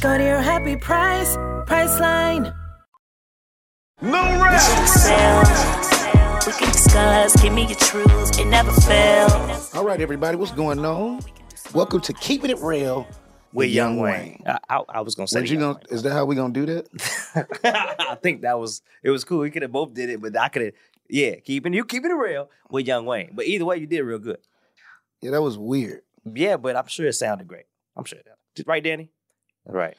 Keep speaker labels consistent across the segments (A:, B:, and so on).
A: Go to your happy price, Priceline.
B: No
C: This is
B: rest.
C: the sale. We can discuss, give me your truths, it never fails.
D: All right, everybody, what's going on? Welcome to Keeping It Real with Young Wayne.
E: I, I, I was gonna say.
D: What you
E: Young
D: gonna, is that how we gonna do that?
E: Wayne. I think that was it was cool. We could have both did it, but I could have. Yeah, keeping you keeping it real with Young Wayne. But either way, you did real good.
D: Yeah, that was weird.
E: Yeah, but I'm sure it sounded great. I'm sure. That, right, Danny? Right.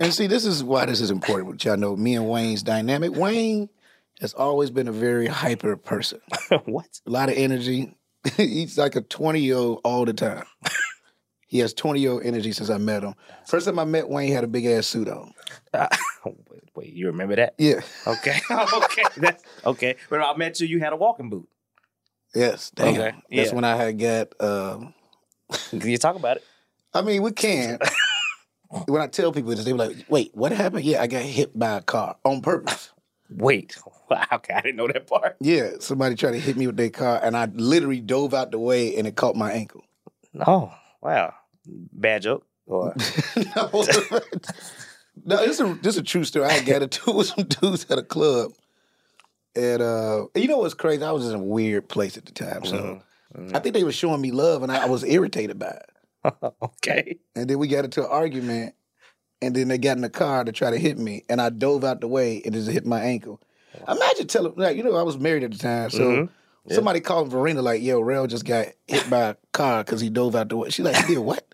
D: And see, this is why this is important, which y'all know me and Wayne's dynamic. Wayne has always been a very hyper person,
E: what?
D: a lot of energy. He's like a 20 year old all the time. he has 20 year old energy since I met him. First time I met Wayne, he had a big ass suit on.
E: Uh, wait, wait, you remember that?
D: Yeah.
E: Okay, okay, that's okay. When I met you, you had a walking boot.
D: Yes. Damn.
E: Okay,
D: That's
E: yeah.
D: when I had got. Um,
E: Can you talk about it?
D: I mean, we can. when I tell people this, they were like, "Wait, what happened?" Yeah, I got hit by a car on purpose.
E: Wait. Wow, okay, I didn't know that part.
D: yeah, somebody tried to hit me with their car, and I literally dove out the way, and it caught my ankle.
E: No. Wow. Bad joke. Or
D: no, no, this is a, this is a true story. I got into it with some dudes at a club, and uh, you know what's crazy? I was in a weird place at the time, so I think they were showing me love, and I, I was irritated by it.
E: okay.
D: And then we got into an argument, and then they got in the car to try to hit me, and I dove out the way and just hit my ankle. Imagine telling, like, you know, I was married at the time, so somebody called Verena like, "Yo, Rel just got hit by a car because he dove out the way." She like, "Yeah, what?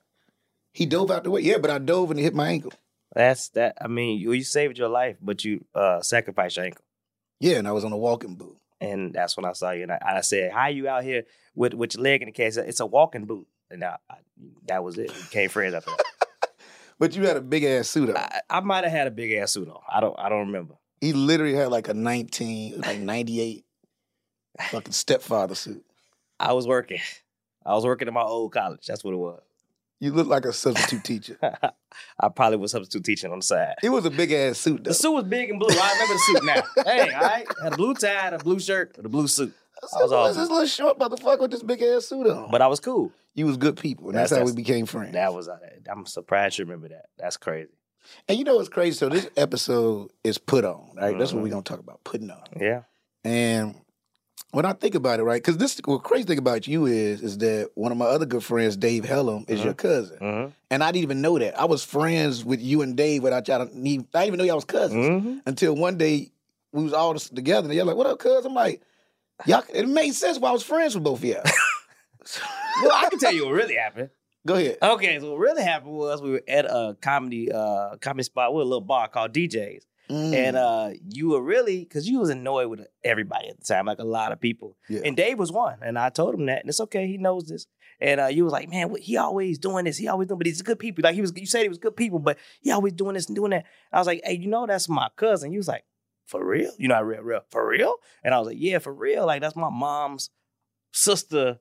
D: He dove out the way? Yeah, but I dove and it hit my ankle.
E: That's that. I mean, you, you saved your life, but you uh, sacrificed your ankle.
D: Yeah, and I was on a walking boot.
E: And that's when I saw you. And I, I said, How you out here with, with your leg in the case? It's a walking boot. And I, I, that was it. We became friends after that.
D: But you had a big ass suit on.
E: I, I might have had a big ass suit on. I don't I don't remember.
D: He literally had like a nineteen, like ninety eight, fucking stepfather suit.
E: I was working. I was working in my old college. That's what it was.
D: You look like a substitute teacher.
E: I probably was substitute teaching on the side.
D: It was a big ass suit though.
E: The suit was big and blue. I remember the suit now. hey, all right. Had a blue tie, had a blue shirt, and a blue suit.
D: I
E: was
D: was
E: awesome.
D: this little short motherfucker with this big ass suit on.
E: But I was cool.
D: you was good people. And that's,
E: That's-
D: how we
E: that's-
D: became friends.
E: That was, uh, I'm surprised you remember that. That's crazy.
D: and you know what's crazy? So this episode is put on, right? That's what we're gonna talk about, putting on.
E: Mm-hmm. Yeah.
D: And when I think about it, right, because this what crazy thing about you is is that one of my other good friends, Dave Hellum, is your cousin.
E: Mhm.
D: And I didn't even know that. I was friends with you and Dave without y'all need I didn't even know y'all was cousins.
E: Mhm.
D: Until one day we was all together and y'all like, what up, cuz? I'm like, y'all it made sense why I was friends with both of y'all.
E: Well, I can tell you what really happened.
D: Go ahead.
E: Okay, so what really happened was we were at a comedy uh comedy spot with a little bar called DJs.
D: Mm.
E: And uh you were really cause you was annoyed with everybody at the time, like a lot of people.
D: Yeah.
E: And Dave was one. And I told him that, and it's okay, he knows this. And uh you was like, man, what, he always doing this, he always doing, but he's good people. Like he was you said he was good people, but he always doing this and doing that. I was like, hey, you know that's my cousin. You was like, for real? You know, I real, real, for real? And I was like, yeah, for real. Like that's my mom's sister.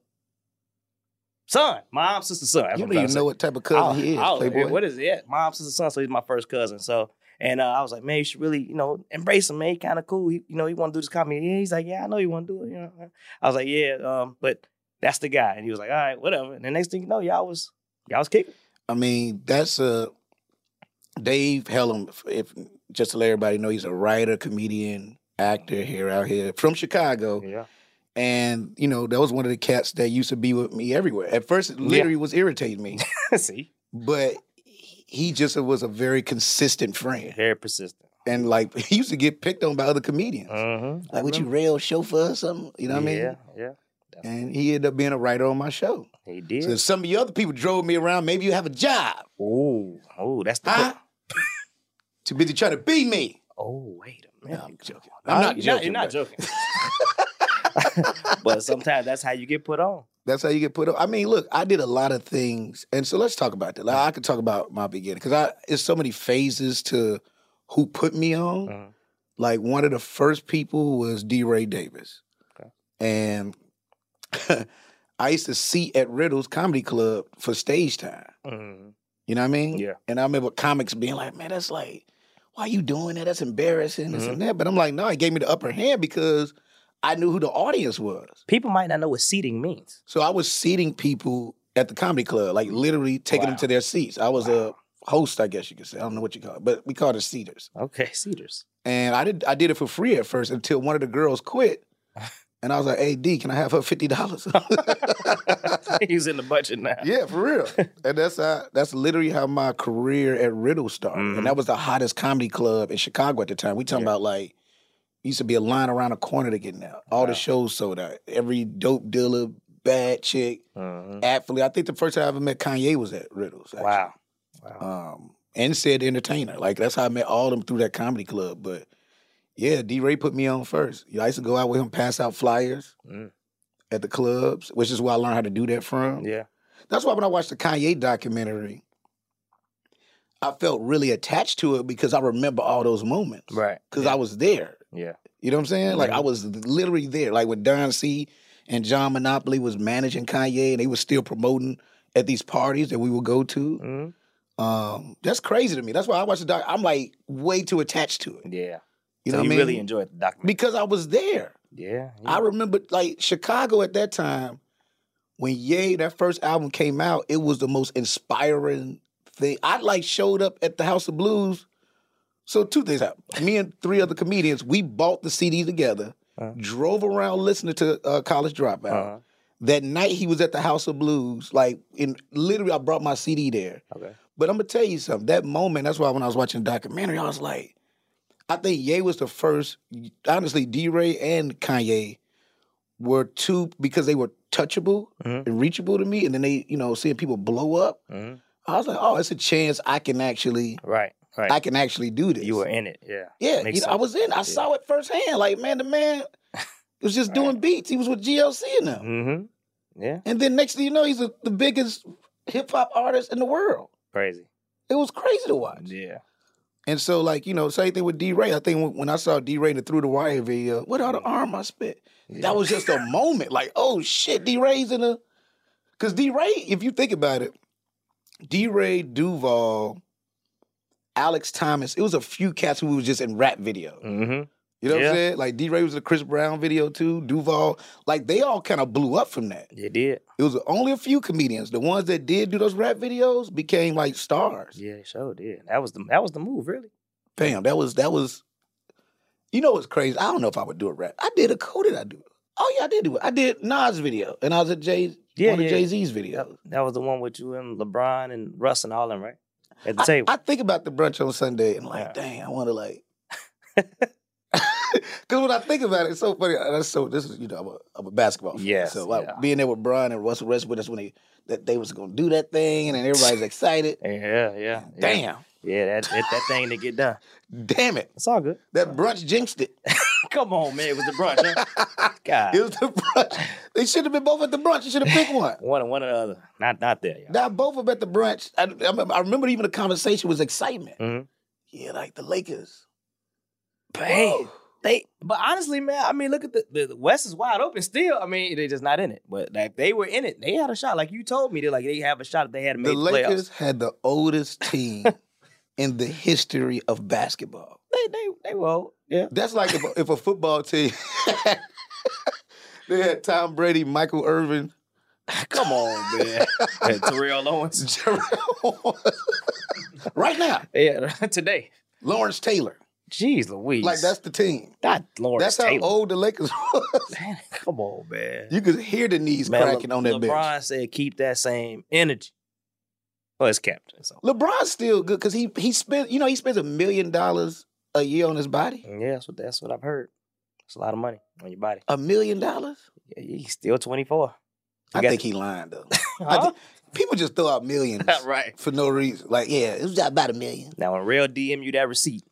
E: Son, mom, sister, son. That's
D: you don't
E: what I'm trying
D: even
E: to say.
D: know what type of cousin
E: I-
D: he is,
E: I was like,
D: Playboy.
E: eh, what is it? Yeah, mom, sister, son. So he's my first cousin. So and uh, I was like, man, you should really, you know, embrace him, man. He kind of cool. He, you know, he want to do this comedy. Yeah, he's like, yeah, I know you want to do it. You know, uh, I was like, yeah, um, but that's the guy. And he was like, all right, whatever. And the next thing you know, y'all was y'all was kicking.
D: I mean, that's a Dave Hellum. If just to let everybody know, he's a writer, comedian, actor here out here from Chicago.
E: Yeah.
D: And you know, that was one of the cats that used to be with me everywhere. At first, it literally was irritating me,
E: See,
D: but he just was a very consistent friend.
E: very persistent.
D: And like, he used to get picked on by other comedians.
E: Mm-hmm.
D: like, would you rail chauffeur or something? You know what I
E: Yeah,
D: mean?
E: yeah.
D: And he ended up being a writer on my show.
E: He
D: So if
E: did.
D: some of the other people drove me around. Maybe you have a job.
E: Oh, oh, that's the.
D: Huh? Too busy trying to be me.
E: Oh, wait a minute.
D: I'm joking.
E: No, you're not- You're not joking. but sometimes that's how you get put on.
D: That's how you get put up. I mean, look, I did a lot of things, and so let's talk about that. Like, I could talk about my beginning because I it's so many phases to who put me on.
E: Mhm.
D: Like one of the first people was D. Ray Davis,
E: Okay.
D: and I used to see at Riddles Comedy Club for stage time.
E: Mhm.
D: You know what I mean?
E: Yeah.
D: And I remember comics being like, "Man, that's like, why you doing that? That's embarrassing, this
E: Mhm.
D: and that." But I'm like, no, it gave me the upper hand because I knew who the audience was.
E: People might not know what seating means.
D: So I was seating people at the comedy club, like literally taking
E: Wow.
D: them to their seats. I was
E: Wow.
D: a host, I guess you could say. I don't know what you call it, but we called it seaters.
E: Okay, seaters.
D: And I did I did it for free at first until one of the girls quit. And I was like, hey D, can I have her fifty dollars?
E: He's in the budget now.
D: yeah, for real. And that's how, that's literally how my career at Riddle started.
E: Mhm.
D: And that was the hottest comedy club in Chicago at the time. We talking
E: Yeah.
D: about like used to be a line around the corner to get in there. All
E: Wow.
D: the shows sold out. Every dope dealer, bad chick,
E: Mhm.
D: Aptly, I think the first time I ever met Kanye was at Riddles. actually.
E: Wow. Wow.
D: Um, and said entertainer. Like that's how I met all them through that comedy club. But yeah, D Ray put me on first. You know, I used to go out with him, pass out flyers
E: Mm.
D: at the clubs, which is where I learned how to do that from.
E: Yeah.
D: That's why when I watched the Kanye documentary, I felt really attached to it because I remember all those moments.
E: Right.
D: Because I was there.
E: Yeah.
D: You know what I'm saying? Like I
E: Mhm.
D: was literally there. Like when Don C and John Monopoly was managing Kanye and they were still promoting at these parties that we would go to.
E: Mhm.
D: Um, that's crazy to me. That's why I watch the doc. I'm like way too attached to it.
E: Yeah.
D: You
E: so
D: know what I
E: you
D: mean?
E: really enjoyed the documentary.
D: because I was there.
E: yeah.
D: I remember like Chicago at that time, when Ye, that first album came out, it was the most inspiring thing. I like showed up at the House of Blues. So two things happened. Me and three other comedians, we bought the CD together,
E: Uh-huh.
D: drove around listening to uh, College Dropout.
E: Uh-huh.
D: That night he was at the House of Blues, like in literally I brought my CD there.
E: Okay.
D: But I'm gonna tell you something. That moment, that's why when I was watching the documentary, I was like, I think Ye was the first. Honestly, D. Ray and Kanye were two because they were touchable
E: Mhm.
D: and reachable to me, and then they, you know, seeing people blow up.
E: Mhm.
D: I was like, oh, it's a chance I can actually,
E: Right. Right.
D: I can actually do this.
E: you were in it. Yeah.
D: yeah.
E: makes
D: you know, I
E: sense.
D: was in. I saw it firsthand. Like, man, the man was just doing beats. He was with GLC and them.
E: Mm-hmm. Yeah.
D: And then next thing you know, he's the the biggest hip hop artist in the world.
E: Crazy.
D: It was crazy to watch.
E: Yeah.
D: And so, like, you know, same thing with D Ray. I think when, when I saw D Ray in the Through the Wire video, what all the arm I spit?
E: Mm-hmm. Yeah.
D: That was just a moment. Like, oh shit, D Ray's in the. Because D Ray, if you think about it, D Ray, Duval, Alex Thomas, it was a few cats who was just in rap video.
E: Mm-hmm.
D: You know what
E: Yeah.
D: I'm saying? Like, D Ray was in the Chris Brown video too, Duval. Like, they all kind of blew up from that.
E: You did.
D: It was only a few comedians. The ones that did do those rap videos became like stars.
E: Yeah, it sure did. That was the that was the move, really.
D: Damn, that was that was. You know what's crazy? I don't know if I would do a rap. I did a who did I do? Oh yeah, I did do it. I did Nas video, and I was at Jay
E: Yeah,
D: one
E: yeah.
D: of Jay Z's videos.
E: That was the one with you and LeBron and Russ and all them, right? At the
D: I,
E: table.
D: I think about the brunch on Sunday and like,
E: Yeah.
D: dang, I want to like. Because when I think about it, it's so funny. That's so. This is you know I'm a, I'm a basketball fan.
E: Yes,
D: so like,
E: yeah.
D: being there with Brian and Russell Westbrook, that's when they that they was gonna do that thing, and then everybody's excited.
E: yeah, yeah, yeah.
D: Damn,
E: Yeah, that, that that thing to get done.
D: damn it,
E: It's all good.
D: that brunch jinxed it.
E: Come on, man. It was the brunch, huh? God.
D: It was the brunch. They should have been both at the brunch. You should have picked one.
E: One one or the other. Not not there, y'all.
D: Now both of them at the brunch. I, I, remember- I remember even the conversation was excitement.
E: Mhm.
D: Yeah, like the Lakers.
E: Bang.
D: Woo.
E: They but honestly, man, I mean, look at the, the the West is wide open still. I mean, they're just not in it. But like they were in it. They had a shot. Like you told me, they're like they have a shot if they had made
D: The
E: the,
D: Lakers
E: playoffs.
D: had the oldest team in the history of basketball.
E: They they they will. Yeah.
D: That's like if a, if a football team they had Tom Brady, Michael Irvin,
E: Come on, man. and Terrell Owens.
D: Jerrell. right now,
E: Yeah, today.
D: Lawrence Taylor.
E: Jeez Louise.
D: Like that's the team.
E: not Lawrence
D: That's how
E: Taylor.
D: old the Lakers was.
E: Man, come on, man.
D: You could hear the knees
E: Man, Le-
D: cracking on that
E: LeBron
D: bench.
E: said keep that same energy. Well, it's captain. So.
D: LeBron's still good because he he spends you know he spends a million dollars a year on his body.
E: Yeah, that's what that's what I've heard. It's a lot of money on your body.
D: A million dollars?
E: Yeah, he's still 24.
D: I
E: got-
D: think he lying though. I thi- people just throw out millions
E: right.
D: for no reason. Like yeah, it was about a million.
E: Now, when Real DM you that receipt,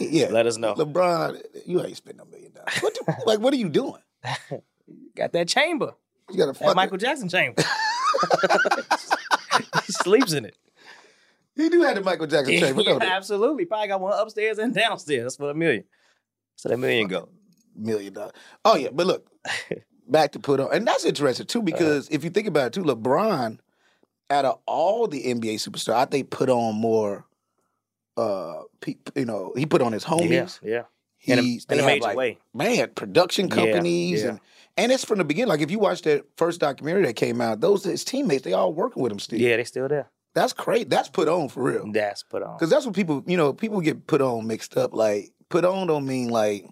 D: Yeah,
E: let us know.
D: LeBron, you ain't spending a million dollars. What do, like what are you doing?
E: Got that chamber.
D: You gotta
E: That
D: fuck.
E: Michael Jackson chamber. he sleeps in it.
D: it. He do have the Michael Jackson chamber,
E: Yeah,
D: don't he?
E: absolutely. Probably got one upstairs and downstairs. That's for a million. So that million go.
D: Million dollars. Oh yeah, but look, back to put on, and that's interesting
E: Uh-huh.
D: too because if you think about it too, LeBron, out of all the NBA superstars, I think put on more. Uh, pe- you know, he put on his homies.
E: yeah.
D: He,
E: In a,
D: they
E: in a
D: have,
E: major
D: like,
E: way.
D: man, production
E: Yeah,
D: companies
E: yeah.
D: and and it's from the beginning. Like if you watch that first documentary that came out, those his teammates, they all working with him still.
E: Yeah, they still there.
D: That's great. That's put on for real.
E: That's put on.
D: Cause that's what people, you know, people get put on mixed up. Like put on don't mean like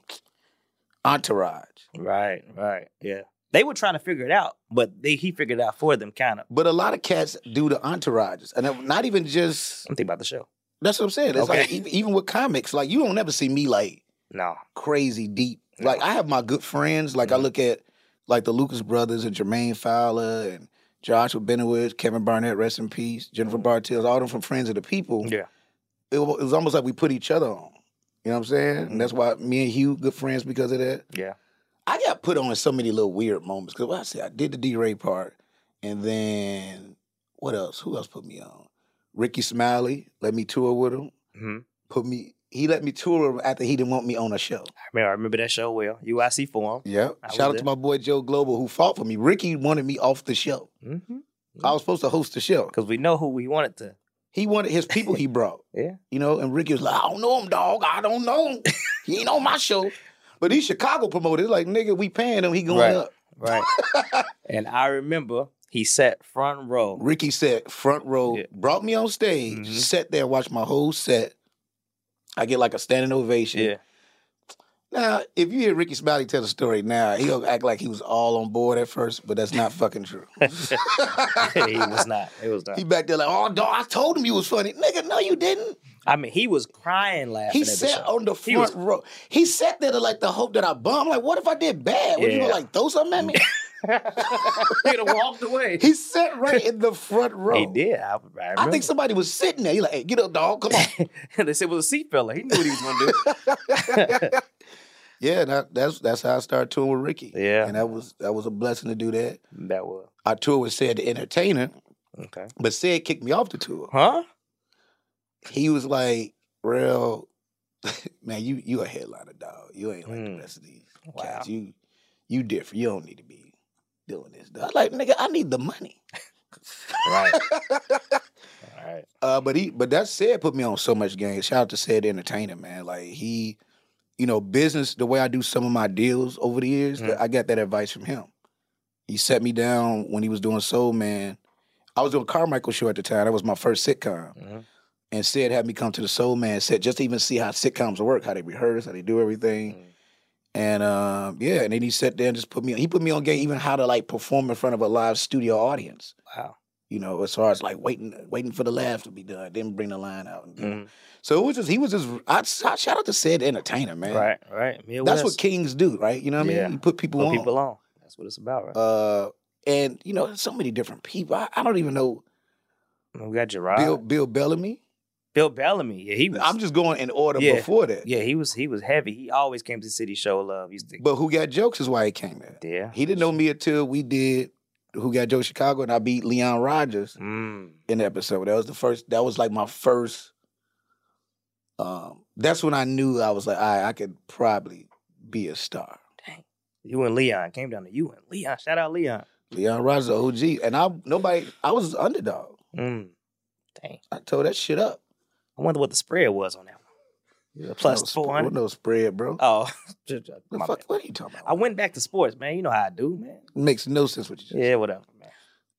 D: entourage.
E: Right, right. Yeah. They were trying to figure it out, but they he figured it out for them, kind of.
D: But a lot of cats do the entourages. And I'm not even just
E: I'm thinking about the show.
D: that's what I'm saying. It's like
E: Okay.
D: even, even with comics, like you don't ever see me like
E: No.
D: crazy deep. Like I have my good friends. Like I
E: Mhm.
D: look at like the Lucas brothers and Jermaine Fowler and Joshua Benowitz, Kevin Barnett, rest in peace, Jennifer Bartels, all them from Friends of the People.
E: Mm-hmm. Yeah.
D: It, wa- it was almost like we put each other on. You know what I'm saying?
E: Mm-hmm.
D: And that's why me and Hugh good friends because of that.
E: Yeah.
D: I got put on in so many little weird moments because I said I did the D Ray part, and then what else? Who else put me on? Ricky Smiley let me tour with him.
E: hmm
D: Put me. He let me tour him after he didn't want me on a show.
E: I remember, I remember that show well. UIC form.
D: Yep.
E: I was
D: Shout out
E: there.
D: to my boy Joe Global who fought for me. Ricky wanted me off the show.
E: Mm-hmm.
D: I was supposed to host the show.
E: Because we know who we wanted to.
D: He wanted his people he brought.
E: Yeah.
D: You know, and Ricky was like, I don't know him, dog. I don't know him. he ain't on my show. But these Chicago promoters, like, nigga, we paying him, he going
E: Right.
D: up.
E: Right. and I remember he sat front row.
D: Ricky said, front row,
E: Yeah.
D: brought me on stage,
E: Mhm.
D: sat there, watched my whole set. I get like a standing ovation.
E: Yeah.
D: Now, if you hear Ricky Smiley tell the story now, he'll act like he was all on board at first, but that's not fucking true.
E: he was not. It was not.
D: He back there like, oh, dog, I told him you was funny. Nigga, no, you didn't.
E: I mean, he was crying laughing.
D: He
E: at the
D: sat
E: show.
D: on the
E: He
D: front
E: was-
D: row. He sat there to like the hope that I bomb. Like, what if I did bad? Would you
E: Yeah.
D: gonna, like throw something at me?
E: He'd have walked away.
D: he sat right in the front row.
E: He did. I, I, remember.
D: I think somebody was sitting there. He like, hey, get up, dog. Come on.
E: they said it was a seat fella. He knew what he was going to do.
D: yeah, that, that's that's how I started touring with Ricky.
E: Yeah.
D: and that was that was a blessing to do that.
E: that was.
D: I toured with Said the Entertainer,
E: Okay.
D: but Said kicked me off the tour.
E: Huh?
D: he was like, real man, you you a headliner dog. You ain't like
E: Mm.
D: the rest of these
E: Wow.
D: cats. You you different. You don't need to be doing this. Dog. Like nigga, I need the money.
E: Right. All right.
D: Uh, but he but that said put me on so much game. Shout out to said entertainer man. Like he, you know, business the way I do some of my deals over the years.
E: Mm.
D: I got that advice from him. He set me down when he was doing Soul Man. I was doing Carmichael show at the time. That was my first sitcom.
E: Mhm.
D: and said had me come to the Soul Man set just to even see how sitcoms work, how they rehearse, how they do everything.
E: Mm.
D: And um, yeah, and then he sat there and just put me on. He put me on game even how to like perform in front of a live studio audience.
E: Wow.
D: You know, as far as like waiting, waiting for the laugh to be done, then bring the line out. and do it.
E: Mhm.
D: So it was just he was just I, I shout out to said entertainer man.
E: Mm. Right. Right. Midwest.
D: That's what kings do, right? You know what I
E: Yeah.
D: mean? You put people
E: Put
D: on.
E: people on. That's what it's about, right?
D: Uh, and you know, so many different people. I, I don't even know
E: we got Gerard.
D: Uh, Bill Bill
E: Bill,
D: Bellamy.
E: Bellamy. Yeah, he was.
D: I'm just going in order
E: Yeah.
D: before that.
E: yeah, he was. He was heavy. He always came to City Show Love. Used to.
D: But who got jokes is why he came there.
E: yeah.
D: He didn't know me until we did Who Got Joe Chicago, and I beat Leon Rogers
E: Mm.
D: in the episode. That was the first. That was like my first. Um, that's when I knew I was like, I I could probably be a star.
E: You and Leon came down to you and Leon. Shout out Leon.
D: Leon Rogers, a OG, and I nobody. I was an underdog.
E: Mm. Dang.
D: I tore that shit up.
E: I wonder what the spread was on that one. Plus
D: no, sp-
E: 400.
D: No spread, bro.
E: Oh, just-
D: the
E: my
D: fuck,
E: bad.
D: what are you talking about?
E: I went back to sports, man. You know how I do, man.
D: Makes no sense what you just.
E: Yeah, whatever, man.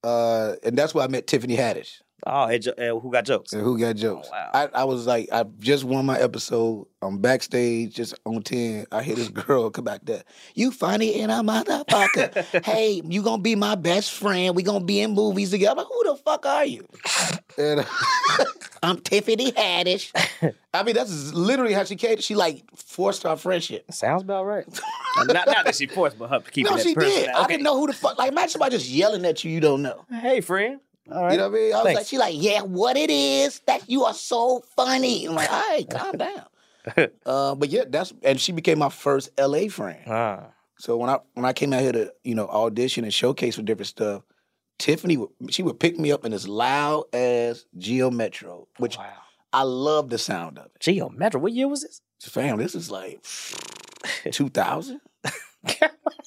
D: Uh, and that's why I met Tiffany Haddish.
E: Oh, hey, Jo- hey, who got jokes?
D: And who got jokes?
E: wow.
D: I, I was like, I just won my episode. I'm backstage, just on 10. I hear this girl come back there. You funny and a motherfucker. hey, you gonna be my best friend. We gonna be in movies together. I'm like, who the fuck are you? And I'm Tiffany Haddish. I mean, that's literally how she came. She like forced our friendship.
E: Sounds about right. not, not that she forced, but her keeping
D: No,
E: that
D: she
E: person.
D: did. I didn't know who the fuck. Like, imagine somebody just yelling at you. You don't know.
E: Hey, friend. All right.
D: You know what I mean? I was
E: Thanks.
D: like, she like, yeah, what it is that you are so funny. I'm like, all right, calm down. uh, but yeah, that's and she became my first LA friend.
E: Ah,
D: So when I when I came out here to you know audition and showcase for different stuff, Tiffany would, she would pick me up in this loud ass Geo Metro, which
E: wow.
D: I love the sound of it.
E: Geo Metro, what year was this?
D: Fam, this is like 2000,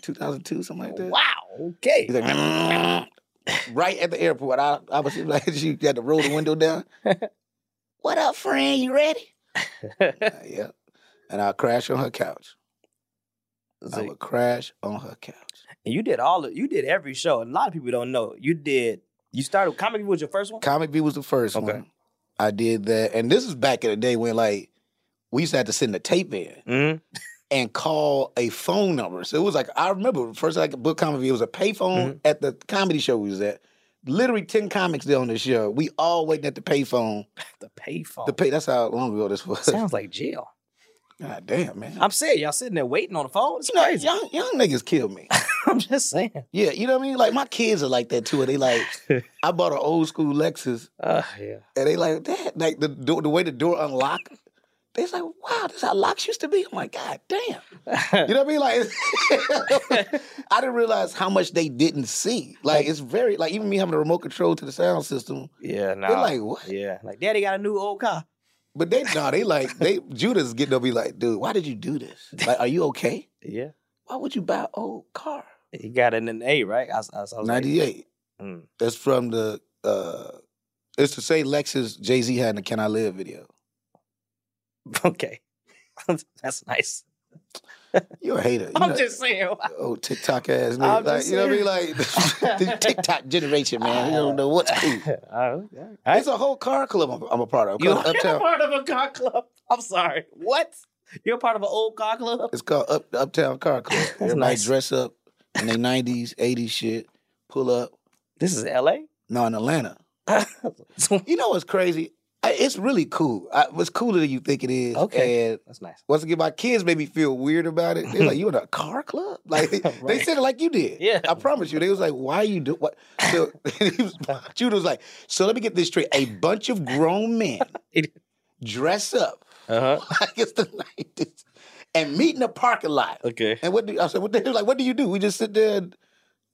D: 2002, something like that.
E: wow. Okay.
D: He's like, "Mm." right at the airport. I, I was like, she had to roll the window down. what up, friend? You ready? Uh, yeah. And I crash on her couch. I
E: Like,
D: would crash on her couch.
E: and you did all of, you did every show. A lot of people don't know. You did you started comedy was your first one?
D: Comic View was the first
E: Okay.
D: one. I did that, and this is back in the day when like we used to have to send a tape in.
E: Mm-hmm.
D: and call a phone number. So it was like I remember first like book comedy it was a payphone
E: Mm-hmm.
D: at the comedy show we was at. Literally ten comics there on the show. We all waiting at the payphone.
E: The payphone.
D: The pay that's how long ago this was.
E: Oh. Sounds like jail.
D: God damn man.
E: I'm saying y'all sitting there waiting on the phone. It's
D: you know,
E: crazy.
D: young young niggas kill me.
E: I'm just saying.
D: yeah, you know what I mean. Like my kids are like that too. They like I bought an old school Lexus,
E: Uh, yeah.
D: and they like that. Like the door, the way the door unlocked. They was like, wow, this how locks used to be. I'm like, God damn. You know what I mean? Like, I didn't realize how much they didn't see. Like, it's very like even me having a remote control to the sound system.
E: Yeah, no.
D: They're like, what?
E: yeah. Like daddy got a new old car.
D: But they nah, they like they Judah's getting up. Be like, dude, why did you do this? Like, are you okay?
E: Yeah.
D: Why would you buy an old car?
E: He got it in an A, right? I, I, I was like-
D: Ninety eight.
E: Mm.
D: That's from the. uh It's to say Lexus Jay Z had in the "Can I Live" video.
E: Okay. That's nice.
D: You're a hater. You
E: I'm
D: know-
E: just saying.
D: Oh, TikTok ass nigga.
E: I'm
D: Like,
E: just
D: you know what I mean? Like the TikTok generation, man. You don't know what's cool.
E: Uh,
D: It's a whole car club I'm, I'm a part of.
E: You're
D: Called Uptown.
E: part of a car club. I'm sorry. What? You're part of an old car club?
D: It's called Up, Uptown Car Club. Everybody
E: nice.
D: dress up in their 90s, 80s shit, pull up.
E: This is LA?
D: No, in Atlanta.
E: So-
D: You know what's crazy? I, it's really cool. I, it's cooler than you think it is.
E: Okay.
D: And
E: That's nice.
D: once again, my kids made me feel weird about it. They're like, "You in a car club?" Like they, they
E: Right.
D: said it like you did.
E: Yeah.
D: I promise you. They was like, "Why you do what?" So he was, Judah was like, "So let me get this straight: a bunch of grown men dress up
E: Uh huh.
D: like it's the nineties and meet in the parking lot."
E: Okay.
D: And what do I said? What they like? What do you do? We just sit there and,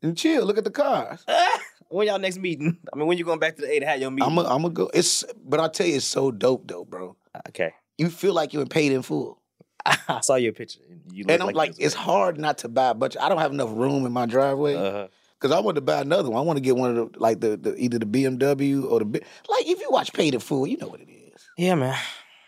D: and chill. Look at the cars.
E: Uh, When y'all next meeting? I mean, when you going back to the A to have your meeting?
D: I'm gonna I'm go. It's but I tell you, it's so dope though, bro.
E: okay.
D: You feel like you're paid in full.
E: I saw your picture. You
D: and I'm like, it's hard not to buy a bunch. I don't have enough room in my driveway
E: Uh-huh.
D: because I want to buy another one. I want to get one of the like the, the either the BMW or the B- like. If you watch Paid in Full, you know what it is.
E: Yeah, man.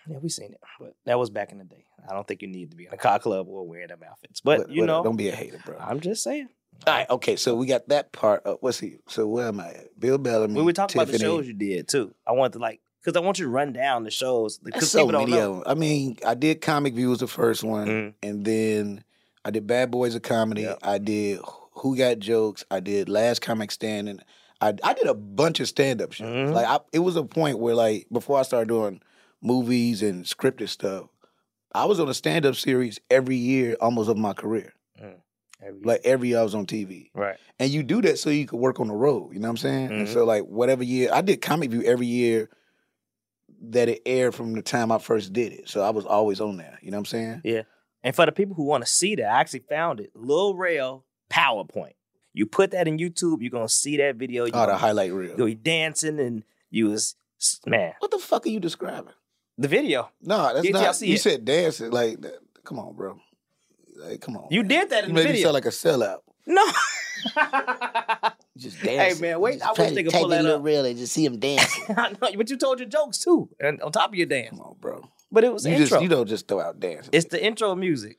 E: Yeah, we seen it. But that was back in the day. I don't think you need to be in a car club or wearing them outfits. But, you know,
D: uh, don't be a hater, bro. All
E: I'm just saying.
D: right, okay. So we got that part. Of, let's see. So where am I? at? Bill Bellamy.
E: We were talking about the
D: Hmm, Tiffany.
E: shows you did too. I want to like because I want you to run down the shows
D: There's
E: because
D: so
E: people
D: many
E: don't
D: of 'em.
E: know.
D: I mean, I did Comic View was the first one,
E: Mhm.
D: and then I did Bad Boys of Comedy.
E: Yeah.
D: I did Who Got Jokes. I did Last Comic Standing. I I did a bunch of stand up shows.
E: Mhm.
D: Like I, it was a point where like before I started doing movies and scripted stuff, I was on a stand up series every year almost of my career.
E: Every-
D: Like every year I was on TV.
E: right.
D: And you do that so you could work on the road. You know what I'm saying? And
E: Mhm.
D: so like whatever year I did Comic View every year that it aired from the time I first did it. So I was always on there. You know what I'm saying?
E: And for the people who want to see that, I actually found it. Lil Rail PowerPoint. You put that in YouTube, you're gonna see that video. You
D: Oh, the
E: gonna-
D: highlight reel.
E: you gonna be dancing and you was man
D: What the fuck are you describing?
E: the video.
D: No, that's
E: Get y'all
D: not.
E: see
D: You
E: it.
D: said dancing. Like, that- come on, bro. Like, come on.
E: You
D: man.
E: did that
D: You
E: in the
D: made me
E: video.
D: sound like a sellout.
E: no.
D: Just dancing.
E: man, wait, I wish they could pull that
D: little
E: up.
D: reel and just see him dancing.
E: I know, but you told your jokes too, and on top of your dance.
D: come on, bro.
E: But it was
D: You
E: the intro.
D: just you don't just throw out dancing.
E: it's the intro music.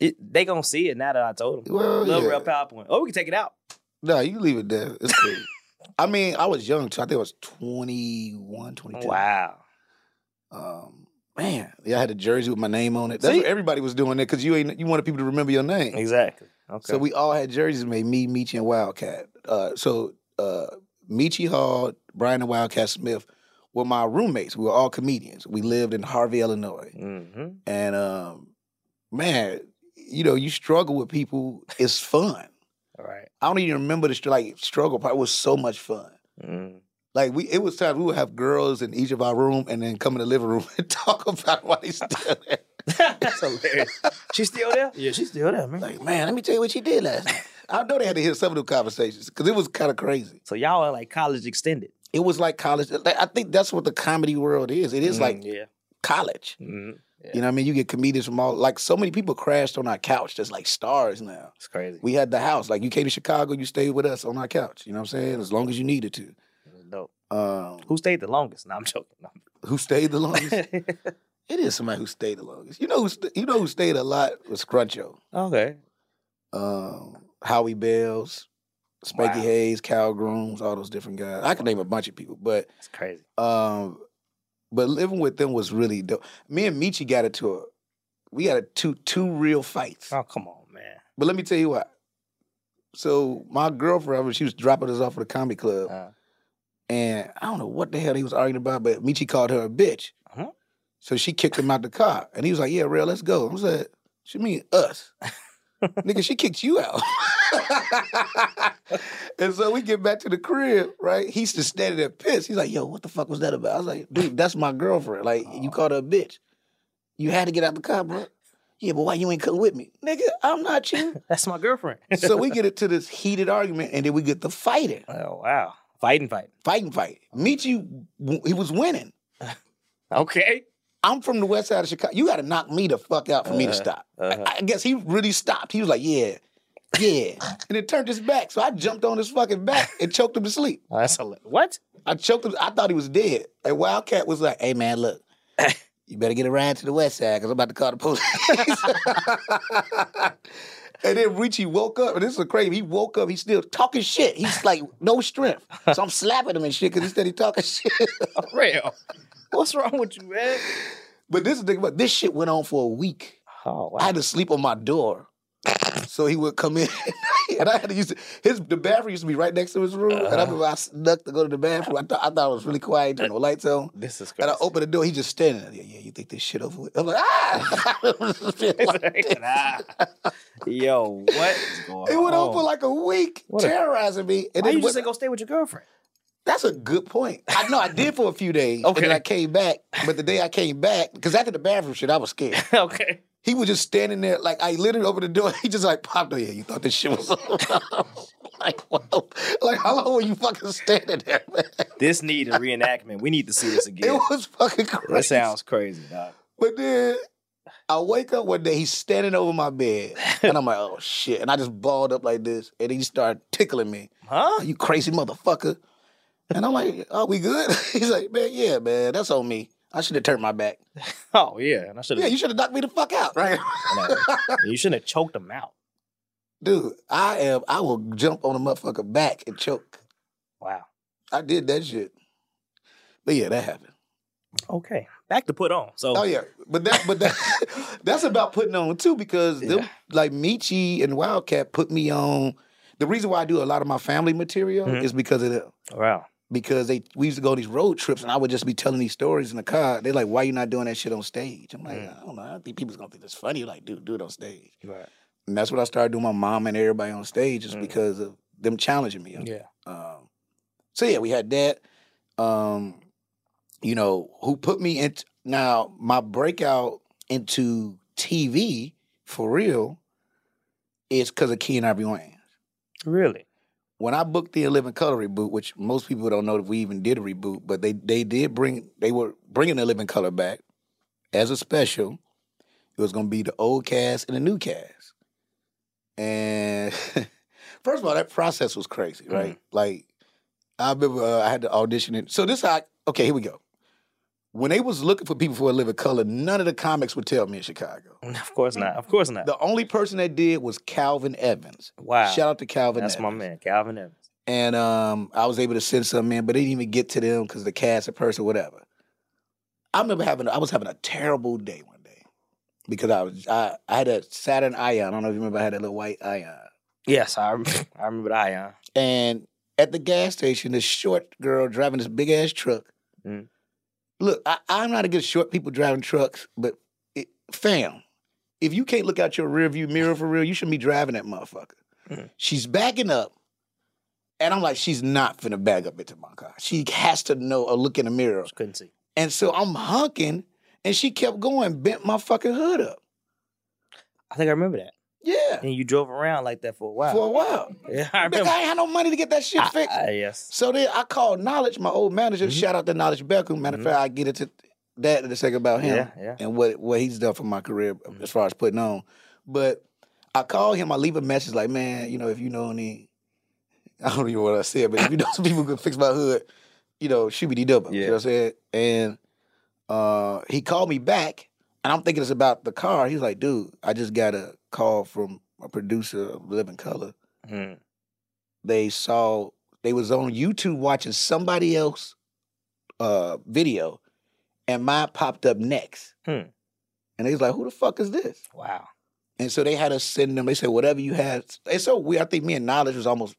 E: It, they gonna see it now that I told them.
D: Well,
E: Lil
D: yeah.
E: Rail PowerPoint. Oh, we can take it out.
D: No, you leave it there. It's cool. I mean, I was young too. I think I was 21, 22.
E: Wow.
D: Um, man, yeah, I had a jersey with my name on it. That's
E: See?
D: what everybody was doing there because you ain't you wanted people to remember your name.
E: Exactly. Okay.
D: So we all had jerseys made. Me, Meechie, and Wildcat. Uh, so uh, Meechie Hall, Brian, and Wildcat Smith were my roommates. We were all comedians. We lived in Harvey, Illinois,
E: Mm-hmm.
D: and um, man, you know, you struggle with people. It's fun.
E: All right.
D: I don't even remember the str- like struggle part. It was so much fun.
E: Mm.
D: Like we, it was times we would have girls in each of our room, and then come in the living room and talk about why they still there.
E: That's hilarious. She's still there? Yeah, she's still there, man.
D: Like, man, let me tell you what she did last night. I know they had to hear some of the conversations because it was kind of crazy.
E: so y'all are like college extended.
D: It was like college. like, I think that's what the comedy world is. It is like
E: Mm, yeah.
D: college.
E: Mhm.
D: You know what I mean? You get comedians from all, like, so many people crashed on our couch that's like stars now.
E: It's crazy.
D: We had the house. Like, you came to Chicago, you stayed with us on our couch. You know what I'm saying? As long as you needed to.
E: It's dope.
D: Um,
E: Who stayed the longest? No, I'm joking. No.
D: who stayed the longest? it is somebody who stayed the longest. You know who, st- you know who stayed a lot was Cruncho.
E: okay.
D: um, Howie Bells, Spanky
E: Wow.
D: Hayes, Cal Grooms, all those different guys. I can name a bunch of people, but
E: It's crazy.
D: um, but living with them was really dope. Me and Michi got into a we got a two two real fights.
E: Oh, come on, man.
D: But let me tell you what. So my girlfriend, when she was dropping us off at the comedy club,
E: Uh,
D: and I don't know what the hell he was arguing about, but Michi called her a bitch.
E: Uh-huh.
D: So she kicked him out the car, and he was like, "Yeah, real, let's go." I was like, "She mean us, nigga? She kicked you out." and so we get back to the crib, right? He's just standing there pissed. He's like, "Yo, what the fuck was that about?" I was like, "Dude, that's my girlfriend. Like, you called her a bitch. You had to get out the car, bro." Yeah, but why you ain't come with me, nigga? I'm not you.
E: that's my girlfriend.
D: so we get into this heated argument, and then we get the fighting
E: oh, wow. Fighting, fight.
D: fighting fight. Michi, w- he was winning.
E: Okay.
D: I'm from the west side of Chicago. You got to knock me the fuck out for me to stop. I- I, guess he really stopped. He was like, yeah, yeah. and it turned his back. So I jumped on his fucking back and choked him to sleep.
E: Oh, that's a what?
D: I choked him. I thought he was dead. And Wildcat was like, hey, man, look. You better get a ride to the west side because I'm about to call the police. and then Richie woke up, and this is crazy. He woke up, he's still talking shit. He's like, no strength. So I'm slapping him and shit because instead he talking shit.
E: Real. What's wrong with you, man?
D: But this is the thing about this shit went on for a week.
E: Oh, wow.
D: I had to sleep on my door. so he would come in and I had to use it. his the bathroom used to be right next to his room. And I remember I snuck to go to the bathroom. I thought I thought it was really quiet, turned the lights on.
E: this is
D: And
E: crazy.
D: I opened the door, he just standing there. Yeah, yeah, you think this shit over with? I'm like, ah! it
E: Yo, what is going
D: went on
E: on?
D: for like a week,
E: What a-
D: terrorizing me. And
E: Why
D: then
E: you just
D: when-
E: ain't gonna stay with your girlfriend?
D: That's a good point. I know I did for a few days. And
E: Okay.
D: then I came back. But the day I came back, because after the bathroom shit, I was scared.
E: okay.
D: he was just standing there, like I literally opened the door. He just like popped. Oh yeah, you thought this shit was like, wow. like how long were you fucking standing there, man?
E: This need a reenactment. We need to see this again.
D: It was fucking crazy.
E: that sounds crazy, dog.
D: But then I wake up one day, he's standing over my bed, and I'm like, oh shit, and I just balled up like this, and he started tickling me.
E: Huh?
D: "Oh, you crazy motherfucker. And I'm like, are we good? He's like, man, yeah, man, that's on me. I should have turned my back.
E: Oh yeah, and I should
D: Yeah,
E: have.
D: you should have knocked me the fuck out, right?
E: you shouldn't have choked him out.
D: Dude, I am. I will jump on a motherfucker back and choke.
E: Wow.
D: I did that shit. But yeah, that happened.
E: Okay. Back to put on. So
D: Oh yeah, but that but that that's about putting on too because them, like Michi and Wildcat put me on. The reason why I do a lot of my family material
E: Mhm.
D: is because of them.
E: wow.
D: Because they we used to go on these road trips and I would just be telling these stories in the car. They're like, "Why you not doing that shit on stage?" I'm like, "I don't know. I don't think people's gonna think it's funny." Like, dude, do it on stage.
E: Right.
D: And that's what I started doing. My mom and everybody on stage is
E: Mm.
D: because of them challenging me.
E: Yeah.
D: Um, so yeah, we had that. Um, you know, who put me in now my breakout into TV for real is because of Key and Ivory Wayans.
E: Really?
D: When I booked the Living Color reboot, which most people don't know that we even did a reboot, but they they did bring they were bringing the Living Color back as a special. It was going to be the old cast and the new cast. And first of all, that process was crazy, right?
E: Mm-hmm.
D: Like I remember uh, I had to audition it. So this how I, okay, here we go. When they was looking for people for a living color, none of the comics would tell me in Chicago.
E: Of course not. Of course not.
D: The only person that did was Calvin Evans.
E: wow.
D: Shout out to Calvin.
E: That's my
D: Evans.
E: man, Calvin Evans.
D: And um, I was able to send some in, but they didn't even get to them because the cast and person, whatever. I remember having I was having a terrible day one day because I was I, I had a Saturn Ion. I don't know if you remember. I had a little white Ion.
E: Yes, I rem- I remember the Ion.
D: And at the gas station, this short girl driving this big ass truck.
E: Mm.
D: Look, I, I'm not against short people driving trucks, but it, fam, if you can't look out your rearview mirror for real, you shouldn't be driving that motherfucker.
E: Mm.
D: She's backing up, and I'm like, she's not finna back up into my car. She has to know or look in the mirror.
E: Couldn't see.
D: And so I'm honking, and she kept going, bent my fucking hood up.
E: I think I remember that.
D: Yeah,
E: And you drove around like that for a while.
D: for a while.
E: yeah, I
D: Nigga,
E: remember.
D: I ain't had no money to get that shit fixed.
E: Ah, yes.
D: So then I called Knowledge, my old manager.
E: Mm-hmm.
D: Shout out to Knowledge Beckham. Matter of fact, I get into that in a second about him
E: Yeah, Mm-hmm. yeah.
D: and what what he's done for my career as far as putting on. But I call him. I leave a message like, man, you know, if you know any, I don't even know what I said, but if you know some people could fix my hood, you know, shooby dee double. You
E: Yeah.
D: know what I'm saying? And uh, he called me back, and I'm thinking it's about the car. He's like, dude, I just got a call from a producer of Living Color
E: Mhm.
D: they saw they was on YouTube watching somebody else uh video and mine popped up next.
E: Hmm.
D: And they was like, who the fuck is this?
E: Wow.
D: And so they had us send them, they said, whatever you have. It's so weird. I think me and knowledge was almost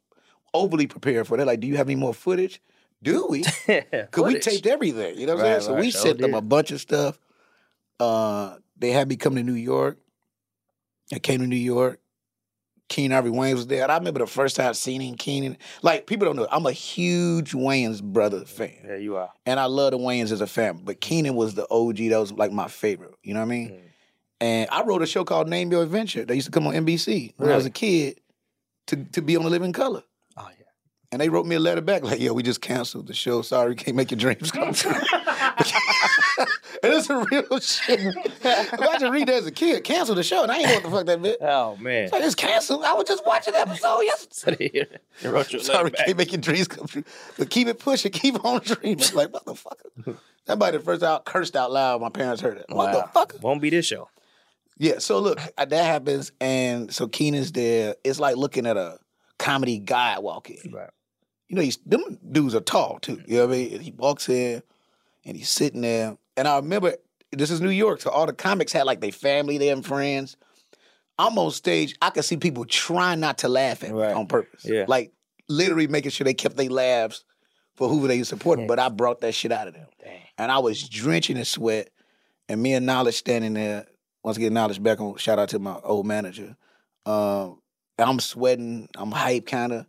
D: overly prepared for it. They're like, do you have any more footage? Do we? Because we
E: Footage.
D: taped everything. You know what I'm
E: Right,
D: saying? So
E: right,
D: we
E: sure
D: sent them
E: did.
D: a bunch of stuff. Uh, they had me come to New York. I came to New York. Keen Ivory Wayans was there. And I remember the first time seeing Keenan. Like, people don't know. I'm a huge Wayans brother fan.
E: Yeah, you are.
D: And I love the Wayans as a family. But Keenan was the OG that was like my favorite. You know what I
E: Mm.
D: mean? And I wrote a show called Name Your Adventure. They used to come on NBC when I was
E: Really?
D: a kid to, to be on the Living Color.
E: Oh yeah.
D: And they wrote me a letter back like, "Yeah, we just canceled the show. Sorry, we can't make your dreams come true." and it's a real shit. Imagine read that as a kid, cancel the show, and I ain't know what the fuck that meant.
E: Oh man.
D: I just canceled. I was just watching the episode yesterday.
E: they wrote you a letter
D: Sorry,
E: back.
D: can't make your dreams come true. But keep it pushing, keep on dreaming. Like motherfucker. That might be the first time I cursed out loud. My parents heard it.
E: Wow.
D: Motherfucker.
E: Won't be this show.
D: Yeah, so look, uh, that happens, and so Keenan's there. It's like looking at a comedy guy walking.
E: Right.
D: You know, he's them dudes are tall too. You know what I mean? And he walks in, and he's sitting there. And I remember this is New York, so all the comics had like their family there and friends. I'm on stage. I could see people trying not to laugh at me
E: Right.
D: on purpose.
E: Yeah.
D: Like literally making sure they kept their laughs for who they supported. But I brought that shit out of them. And I was drenching in sweat. And me and Knowledge standing there, once again, Knowledge back on, shout out to my old manager. Um, and I'm sweating, I'm hype kind of.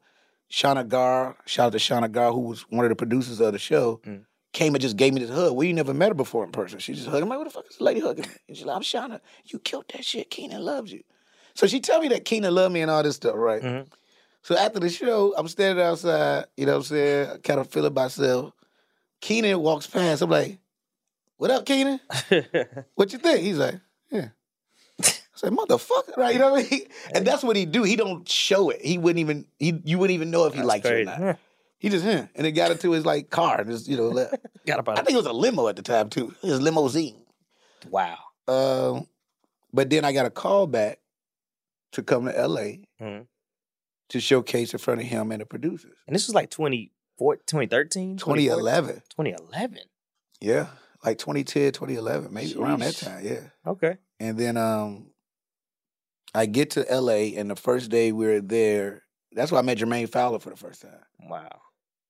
D: Shauna Gar, shout out to Shauna Gar, who was one of the producers of the show, came and just gave me this hug. We never met her before in person. She just hugged me. I'm like, what the fuck is this lady hugging me? And she's like, I'm Shauna. You killed that shit. Keenan loves you. So she tell me that Keenan loved me and all this stuff, right?
E: Mhm.
D: So after the show, I'm standing outside, you know what I'm saying? I kind of feeling myself. Keenan walks past. I'm like, what up, Keenan? what you think? He's like, yeah. I said, motherfucker, right? You know what I mean? And that's what he do. He don't show it. He wouldn't even, he you wouldn't even know if he
E: That's
D: liked
E: crazy.
D: you or not. He just, huh. And it got into his like car and just, you know, left.
E: Got about
D: I think it was a limo at the time too. His limousine.
E: it. Wow.
D: Um, but then I got a call back to come to LA
E: Mhm.
D: to showcase in front of him and the producers.
E: And this was like 2014, 2013?
D: 2011.
E: 2011.
D: Yeah. Like 2010, 2011, maybe around that
E: Sheesh.
D: time. Yeah.
E: Okay.
D: And then um, I get to LA, and the first day we were there, that's why I met Jermaine Fowler for the first time.
E: Wow.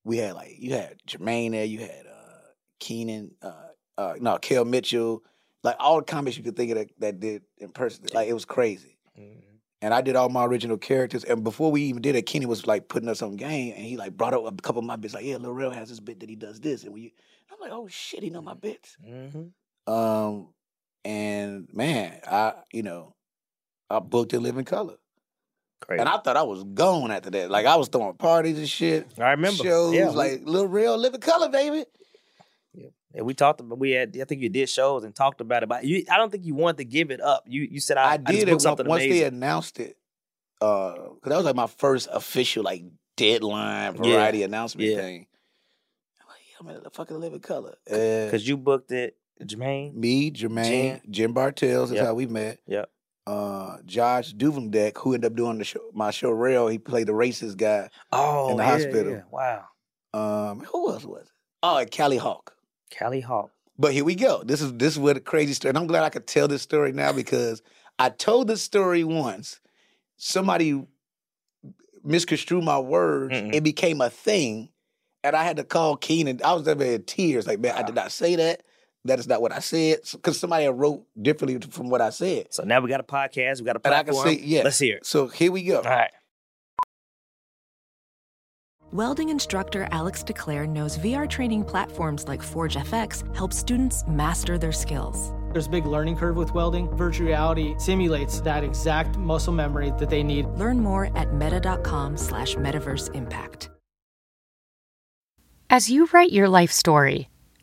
D: We had like, you had Jermaine there, you had uh, Keenan, uh, uh, no, Kel Mitchell, like all the comics you could think of that, that did in person. Like it was crazy.
E: Mhm.
D: And I did all my original characters. And before we even did it, Keenan was like putting us on game, and he like brought up a couple of my bits. Like, yeah, Lil Rel has this bit that he does this, and we. I'm like, oh shit, he know my bits.
E: Mhm.
D: Um, and man, I you know, I booked a living color,
E: Crazy.
D: and I thought I was gone after that. Like I was throwing parties and shit,
E: I remember.
D: shows,
E: yeah, we-
D: like little real living color, baby.
E: yeah, we talked about we had I think you did shows and talked about it. But you I don't think you wanted to give it up. You you said I,
D: I
E: just
D: did
E: booked
D: it once,
E: something
D: once they
E: amazing.
D: announced it, because that was like my first official like deadline
E: Yeah.
D: variety announcement
E: Yeah.
D: thing. I'm like, yeah, I'm in the fucking living color. Uh,
E: Cuz you booked it, Jermaine.
D: me, Jermaine, Jim Bartels is
E: Yep.
D: how we met.
E: Yep.
D: Uh, Josh Duvendeck, who ended up doing the show, my show Rail, he played the racist guy.
E: Oh,
D: In the
E: yeah,
D: hospital.
E: yeah. Wow.
D: Um, who else was it? Oh, and Callie Hawk.
E: Callie Hawk.
D: But here we go. This is this is what a crazy story. And I'm glad I could tell this story now because I told this story once. Somebody misconstrued my words.
E: Mm-mm.
D: It became a thing, and I had to call Keenan. I was there in tears. Like, man, I did not say that. That is not what I said. Because somebody had wrote differently from what I said.
E: So now we got a podcast, we got a
D: And I can
E: platform.
D: see- yeah.
E: Let's hear it.
D: So here we go.
E: All right.
F: Welding instructor Alex DeClaire knows VR training platforms like ForgeFX help students master their skills.
G: There's a big learning curve with welding. Virtual reality simulates that exact muscle memory that they need.
F: Learn more at meta.com slash metaverse impact.
H: As you write your life story,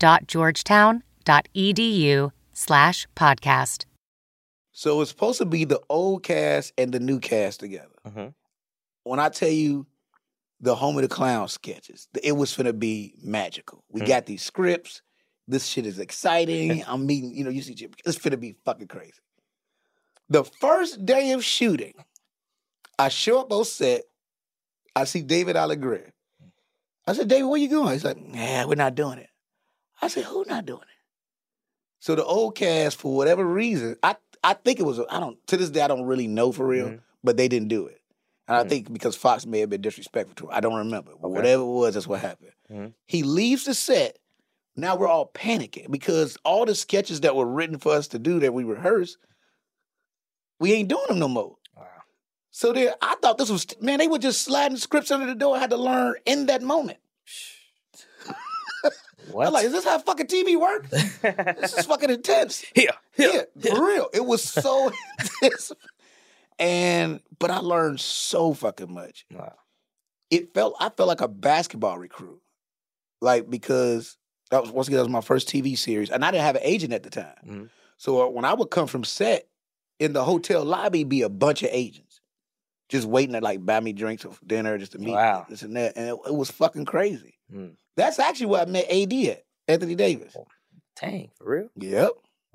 H: scs.georgetown.edu E slash podcast.
D: So it's supposed to be the old cast and the new cast together. Mm-hmm. When I tell you the Home of the Clown sketches, it was gonna be magical. We mm-hmm. got these scripts. This shit is exciting. I'm meeting, you know, you see, it's gonna be fucking crazy. The first day of shooting, I show up on set. I see David Allegre. I said, David, where you going? He's like, nah, we're not doing it. I said, who not doing it? So the old cast, for whatever reason, I I think it was I don't to this day I don't really know for real, mm-hmm. but they didn't do it. And mm-hmm. I think because Fox may have been disrespectful to him, I don't remember. But okay. whatever it was, that's what happened. Mm-hmm. He leaves the set. Now we're all panicking because all the sketches that were written for us to do that we rehearsed, we ain't doing them no more. Wow. So then I thought this was man, they were just sliding scripts under the door. I had to learn in that moment. What? I'm like, is this how fucking TV works? this is fucking intense.
E: Here, here,
D: here, for real. It was so intense. And but I learned so fucking much. Wow. It felt I felt like a basketball recruit, like because that was once again that was my first TV series, and I didn't have an agent at the time. Mm-hmm. So when I would come from set in the hotel lobby, be a bunch of agents just waiting to like buy me drinks or dinner, just to meet wow. this and that, and it, it was fucking crazy. Mm. That's actually where I met AD at, Anthony Davis.
E: Dang, for real?
D: Yep.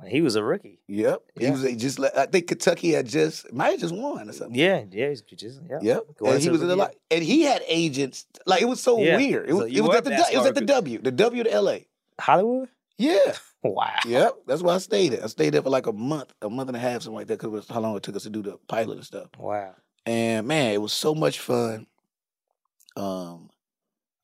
E: He was a rookie.
D: Yep. Yeah. He was just I think Kentucky had just might have just won or something.
E: Yeah, yeah, he's just yeah.
D: Yep. And he was in a lot and he had agents like it was so yeah. weird. It was, so it was at the it was at the W, the W to LA.
E: Hollywood?
D: Yeah.
E: wow.
D: Yep. That's why I stayed there. I stayed there for like a month, a month and a half, something like that, because how long it took us to do the pilot and stuff.
E: Wow.
D: And man, it was so much fun. Um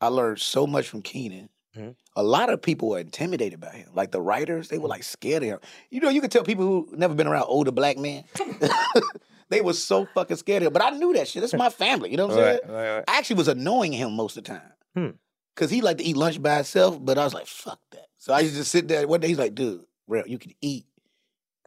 D: I learned so much from Keenan. Mm-hmm. A lot of people were intimidated by him. Like the writers, they were like scared of him. You know, you could tell people who never been around older black men. they were so fucking scared of him. But I knew that shit. That's my family. You know what I'm right, saying? Right, right. I actually was annoying him most of the time. Hmm. Cause he liked to eat lunch by himself, but I was like, fuck that. So I used to sit there one day, he's like, dude, real, you can eat.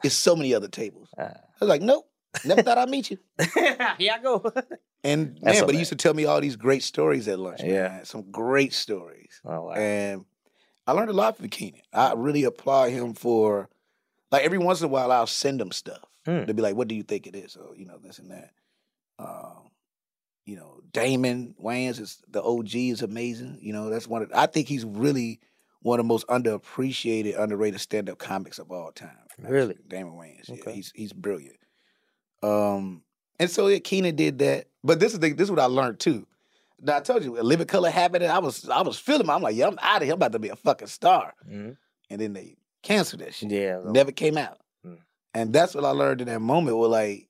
D: There's so many other tables. Uh. I was like, nope. Never thought I'd meet you.
E: Here I go.
D: And That's man, so but he used to tell me all these great stories at lunch. Yeah, man. some great stories. Oh, wow. And I learned a lot from Keenan. I really applaud him for like every once in a while I'll send him stuff. Mm. to be like, "What do you think it is?" Or you know, this and that. Um, you know, Damon Wayans is the OG is amazing. You know, that's one. Of, I think he's really one of the most underappreciated, underrated stand up comics of all time.
E: Really, actually.
D: Damon Wayans. Okay. Yeah, he's he's brilliant. Um, and so yeah, Keenan did that. But this is the, this is what I learned too. Now I told you, living color happened, I was I was feeling. I'm like, yeah, I'm out of here. I'm about to be a fucking star. Mm-hmm. And then they canceled that shit.
E: Yeah,
D: never came out. Mm-hmm. And that's what I learned in that moment. Where like,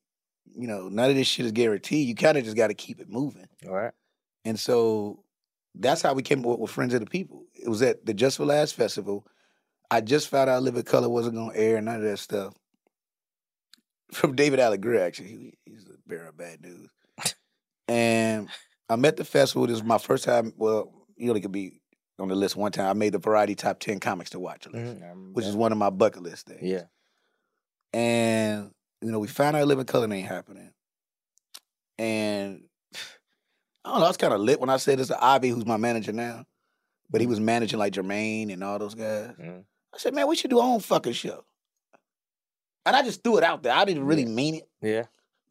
D: you know, none of this shit is guaranteed. You kind of just got to keep it moving.
E: All right.
D: And so that's how we came up with Friends of the People. It was at the Just for Last Festival. I just found out Living Color wasn't gonna air, none of that stuff from David Allegre, actually. He, he's the bearer of bad news. and I'm at the festival. This is my first time. Well, you only could be on the list one time. I made the Variety Top 10 Comics to Watch list, mm-hmm. which is one of my bucket list things.
E: Yeah.
D: And, you know, we found out Living Color ain't happening. And I don't know, I was kind of lit when I said this to Ivy, who's my manager now, but he was managing like Jermaine and all those guys. Mm-hmm. I said, man, we should do our own fucking show. And I just threw it out there. I didn't really mean it.
E: Yeah.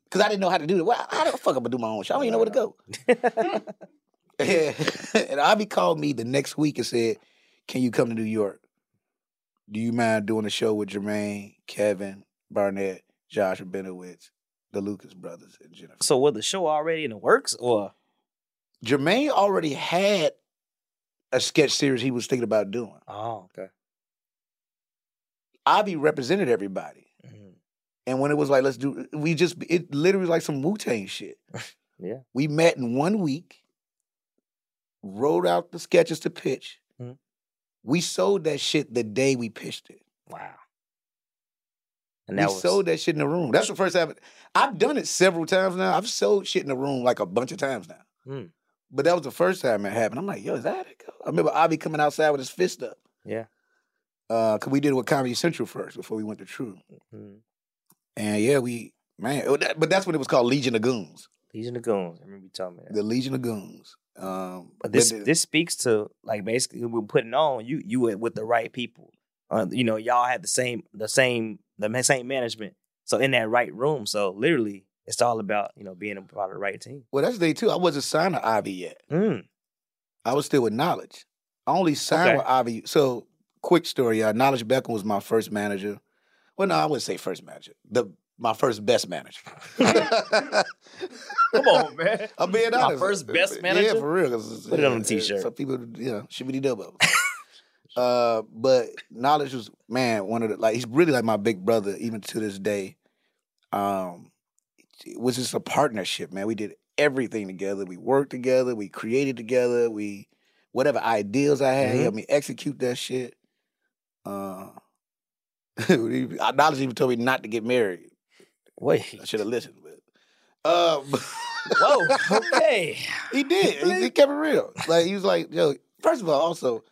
D: Because I didn't know how to do it. Well, how the fuck I'm gonna do my own show? I don't even know where
E: Mm-hmm.
D: to go. and Ivy called me the next week and said, Can you come to New York? Do you mind doing a show with Jermaine, Kevin, Barnett, Josh Benowitz, the Lucas brothers, and Jennifer?
E: So was the show already in the works or
D: Jermaine already had a sketch series he was thinking about doing.
E: Oh, okay.
D: Avi represented everybody. Mm-hmm. And when it was like, let's do, we just, it literally was like some Wu Tang shit.
E: yeah.
D: We met in one week, wrote out the sketches to pitch. Mm-hmm. We sold that shit the day we pitched it.
E: Wow.
D: And that we was... sold that shit in the room. That's the first time. I've done it several times now. I've sold shit in the room like a bunch of times now.
E: Hmm.
D: Mm. But that was the first time it happened. I'm like, yo, is that it? I remember Avi coming outside with his fist up.
E: Yeah.
D: Uh, cause we did it with Comedy Central first before we went to True. Mm-hmm. And yeah, we man, oh, that, but that's when it was called Legion of Goons.
E: Legion of Goons. I remember you telling me that.
D: The Legion of Goons. Um,
E: but this but the, this speaks to like basically we're putting on you you were with the right people. Uh, you know, y'all had the same the same the same management. So in that right room, so literally it's all about you know being a part of the right team.
D: Well, that's the day too. I wasn't signed to Ivy yet.
E: Mm.
D: I was still with Knowledge. I only signed okay. with Ivy. So quick story. Uh, Knowledge Beckham was my first manager. Well, no, I wouldn't say first manager. The my first best manager.
E: Come on, man.
D: I'm being honest.
E: My first best manager.
D: Yeah, for real. Cause,
E: Put it on a t-shirt.
D: Some people, you know, shibbity double. uh, but Knowledge was man one of the like he's really like my big brother even to this day. Um, it was just a partnership, man. We did everything together. We worked together. We created together. We whatever ideas I had, mm-hmm. he helped me execute that shit. Uh, knowledge even told me not to get married.
E: Wait,
D: I should have listened. But, uh,
E: whoa, okay,
D: he did. He, he, kept it real. Like he was like, yo. First of all, also,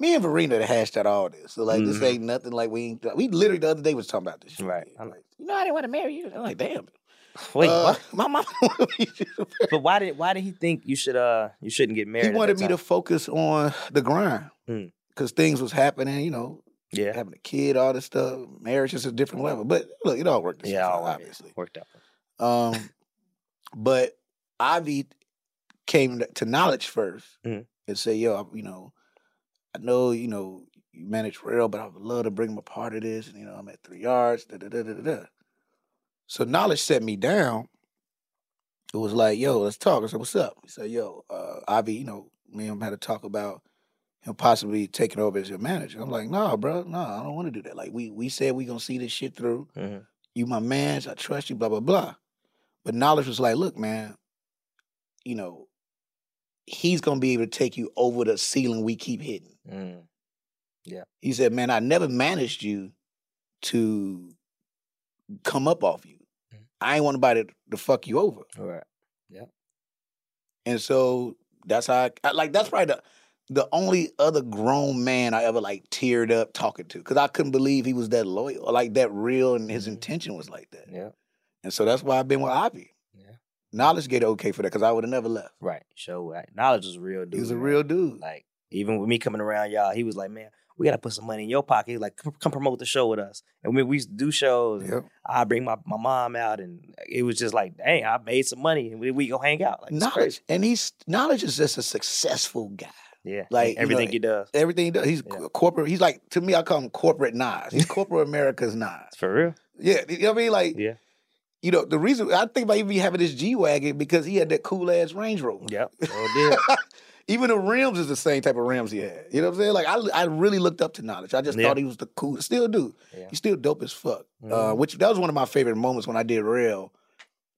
D: me and Verena hashed out all this. So like, mm-hmm. this ain't nothing. Like we ain't, we literally the other day was talking about this. Shit.
E: Right.
D: I'm like, you know, I didn't want to marry you. I'm like, damn.
E: Wait, uh,
D: my mom.
E: but why did why did he think you should uh you shouldn't get married?
D: He wanted me to focus on the grind because mm. things was happening. You know,
E: yeah,
D: having a kid, all this stuff. Marriage is a different level, but look, it all worked.
E: Yeah,
D: all obviously
E: worked out.
D: Um, but Ivy came to knowledge first mm. and said, "Yo, I, you know, I know you know you manage rail, but I would love to bring him a part of this. And you know, I'm at three yards." Da da da da da. So knowledge set me down. It was like, yo, let's talk. I said, what's up? He said, yo, uh, Ivy, you know, me and him had to talk about him possibly taking over as your manager. I'm like, nah, bro, nah, I don't want to do that. Like, we we said we gonna see this shit through. Mm-hmm. You my man, I trust you, blah blah blah. But knowledge was like, look, man, you know, he's gonna be able to take you over the ceiling we keep hitting.
E: Mm. Yeah,
D: he said, man, I never managed you to come up off you. I ain't want nobody to, to fuck you over.
E: All right. Yeah.
D: And so that's how I, I, like that's probably the the only other grown man I ever like teared up talking to because I couldn't believe he was that loyal, like that real, and his mm-hmm. intention was like that.
E: Yeah.
D: And so that's why I've been with Ivy. Yeah. Knowledge get okay for that because I would have never left.
E: Right. Sure. Right. Knowledge was a real dude.
D: He was a man. real dude.
E: Like even with me coming around y'all, he was like, man, we gotta put some money in your pocket. He's like, come, come, promote the show with us. And we, we used to do shows. Yep. I bring my, my mom out, and it was just like, dang, I made some money, and we, we go hang out. Like
D: knowledge,
E: crazy.
D: and he's knowledge is just a successful guy.
E: Yeah, e,
D: like
E: everything
D: you know,
E: he does,
D: everything he does. He's yeah. corporate. He's like to me, I call him corporate Nas. He's corporate America's Nas.
E: For real?
D: Yeah, you know what I mean? Like,
E: yeah.
D: You know the reason I think about even having this G wagon because he had that cool ass Range Rover.
E: Yep, oh, did.
D: Even the rims is the same type of rims he had. You know what I'm saying? Like I, I really looked up to knowledge. I just yeah. thought he was the coolest. Still do. Yeah. He's still dope as fuck. Mm-hmm. Uh, which that was one of my favorite moments when I did rail.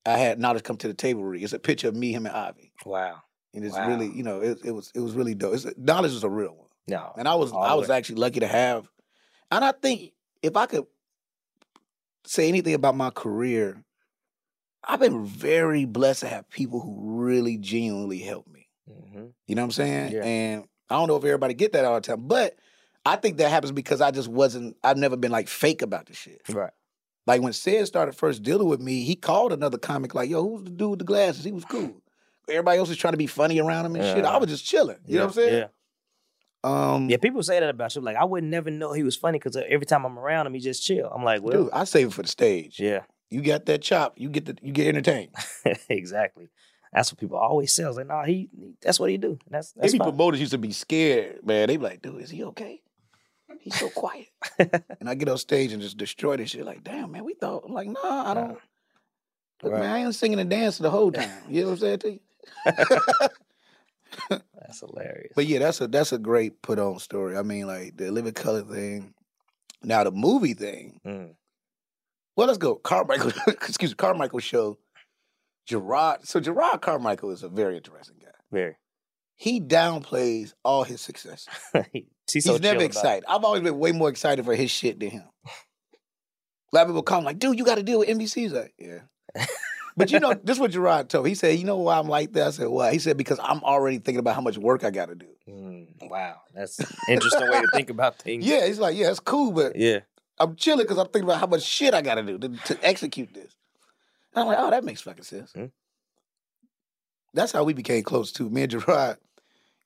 D: I had knowledge come to the table read. It's a picture of me, him, and Ivy.
E: Wow.
D: And it's
E: wow.
D: really, you know, it, it, was it was really dope. It's, knowledge was a real one.
E: No.
D: And I was I was way. actually lucky to have. And I think if I could say anything about my career, I've been very blessed to have people who really genuinely helped me. Mm-hmm. You know what I'm saying? Yeah. And I don't know if everybody get that all the time, but I think that happens because I just wasn't. I've never been like fake about the shit.
E: Right.
D: Like when Sid started first dealing with me, he called another comic like, "Yo, who's the dude with the glasses? He was cool. Everybody else was trying to be funny around him and yeah. shit. I was just chilling. You yeah. know what I'm saying?
E: Yeah. Um, yeah, people say that about you. Like, I would never know he was funny because every time I'm around him, he just chill. I'm like, well,
D: dude, I save it for the stage.
E: Yeah,
D: you got that chop, you get the, you get entertained.
E: exactly. That's what people always say. I was like, nah, he, he that's what he do. That's, that's
D: maybe fine. promoters used to be scared, man. They be like, dude, is he okay? He's so quiet. and I get on stage and just destroy this shit. Like, damn, man, we thought. I'm like, nah, I don't. Nah. Look, right. man, I ain't singing and dancing the whole time. You know what I'm saying to you?
E: that's hilarious.
D: But yeah, that's a that's a great put on story. I mean, like the living color thing. Now the movie thing.
E: Mm.
D: Well, let's go. Carmichael, excuse me, Carmichael show. Gerard. So Gerard Carmichael is a very interesting guy.
E: Very.
D: He downplays all his success.
E: She's
D: He's
E: so chill
D: never
E: about it.
D: excited. I've always been way more excited for his shit than him. A lot of people call him like, dude, you got to deal with NBC. He's like, yeah. but you know, this is what Gerard told me. He said, you know why I'm like that? I said, why? He said, because I'm already thinking about how much work I got to do.
E: Mm, wow, that's an interesting way to think about things.
D: Yeah, he's like, yeah, it's cool, but
E: yeah.
D: I'm chilling because I'm thinking about how much shit I got to do to, to execute this. And I'm like, oh, that makes fucking sense.
E: Mhm.
D: That's how we became close too. Me and Gerard,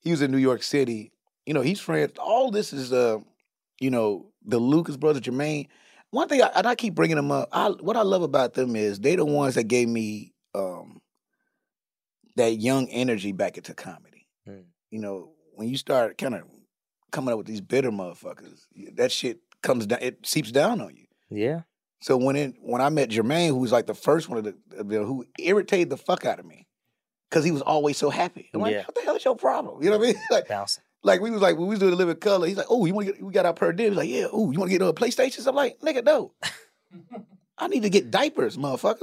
D: he was in New York City. You know, he's friends. All this is, uh, you know, the Lucas brothers, Jermaine. One thing, I, and I keep bringing them up. I, what I love about them is they the ones that gave me um, that young energy back into comedy.
E: Mm.
D: You know, when you start kind of coming up with these bitter motherfuckers, that shit comes down. It seeps down on you.
E: Yeah.
D: So when it when I met Jermaine, who was like the first one of the, of the- who irritated the fuck out of me, because he was always so happy. I'm like,
E: Yeah.
D: what the hell is your problem? You know what I mean? Like,
E: Bouncing.
D: like we was like when we was doing Living Color, he's like, oh, you want to get we got our per diem? He's like, yeah, oh, you want to get on PlayStations? I'm like, nigga, no. I need to get diapers, motherfucker.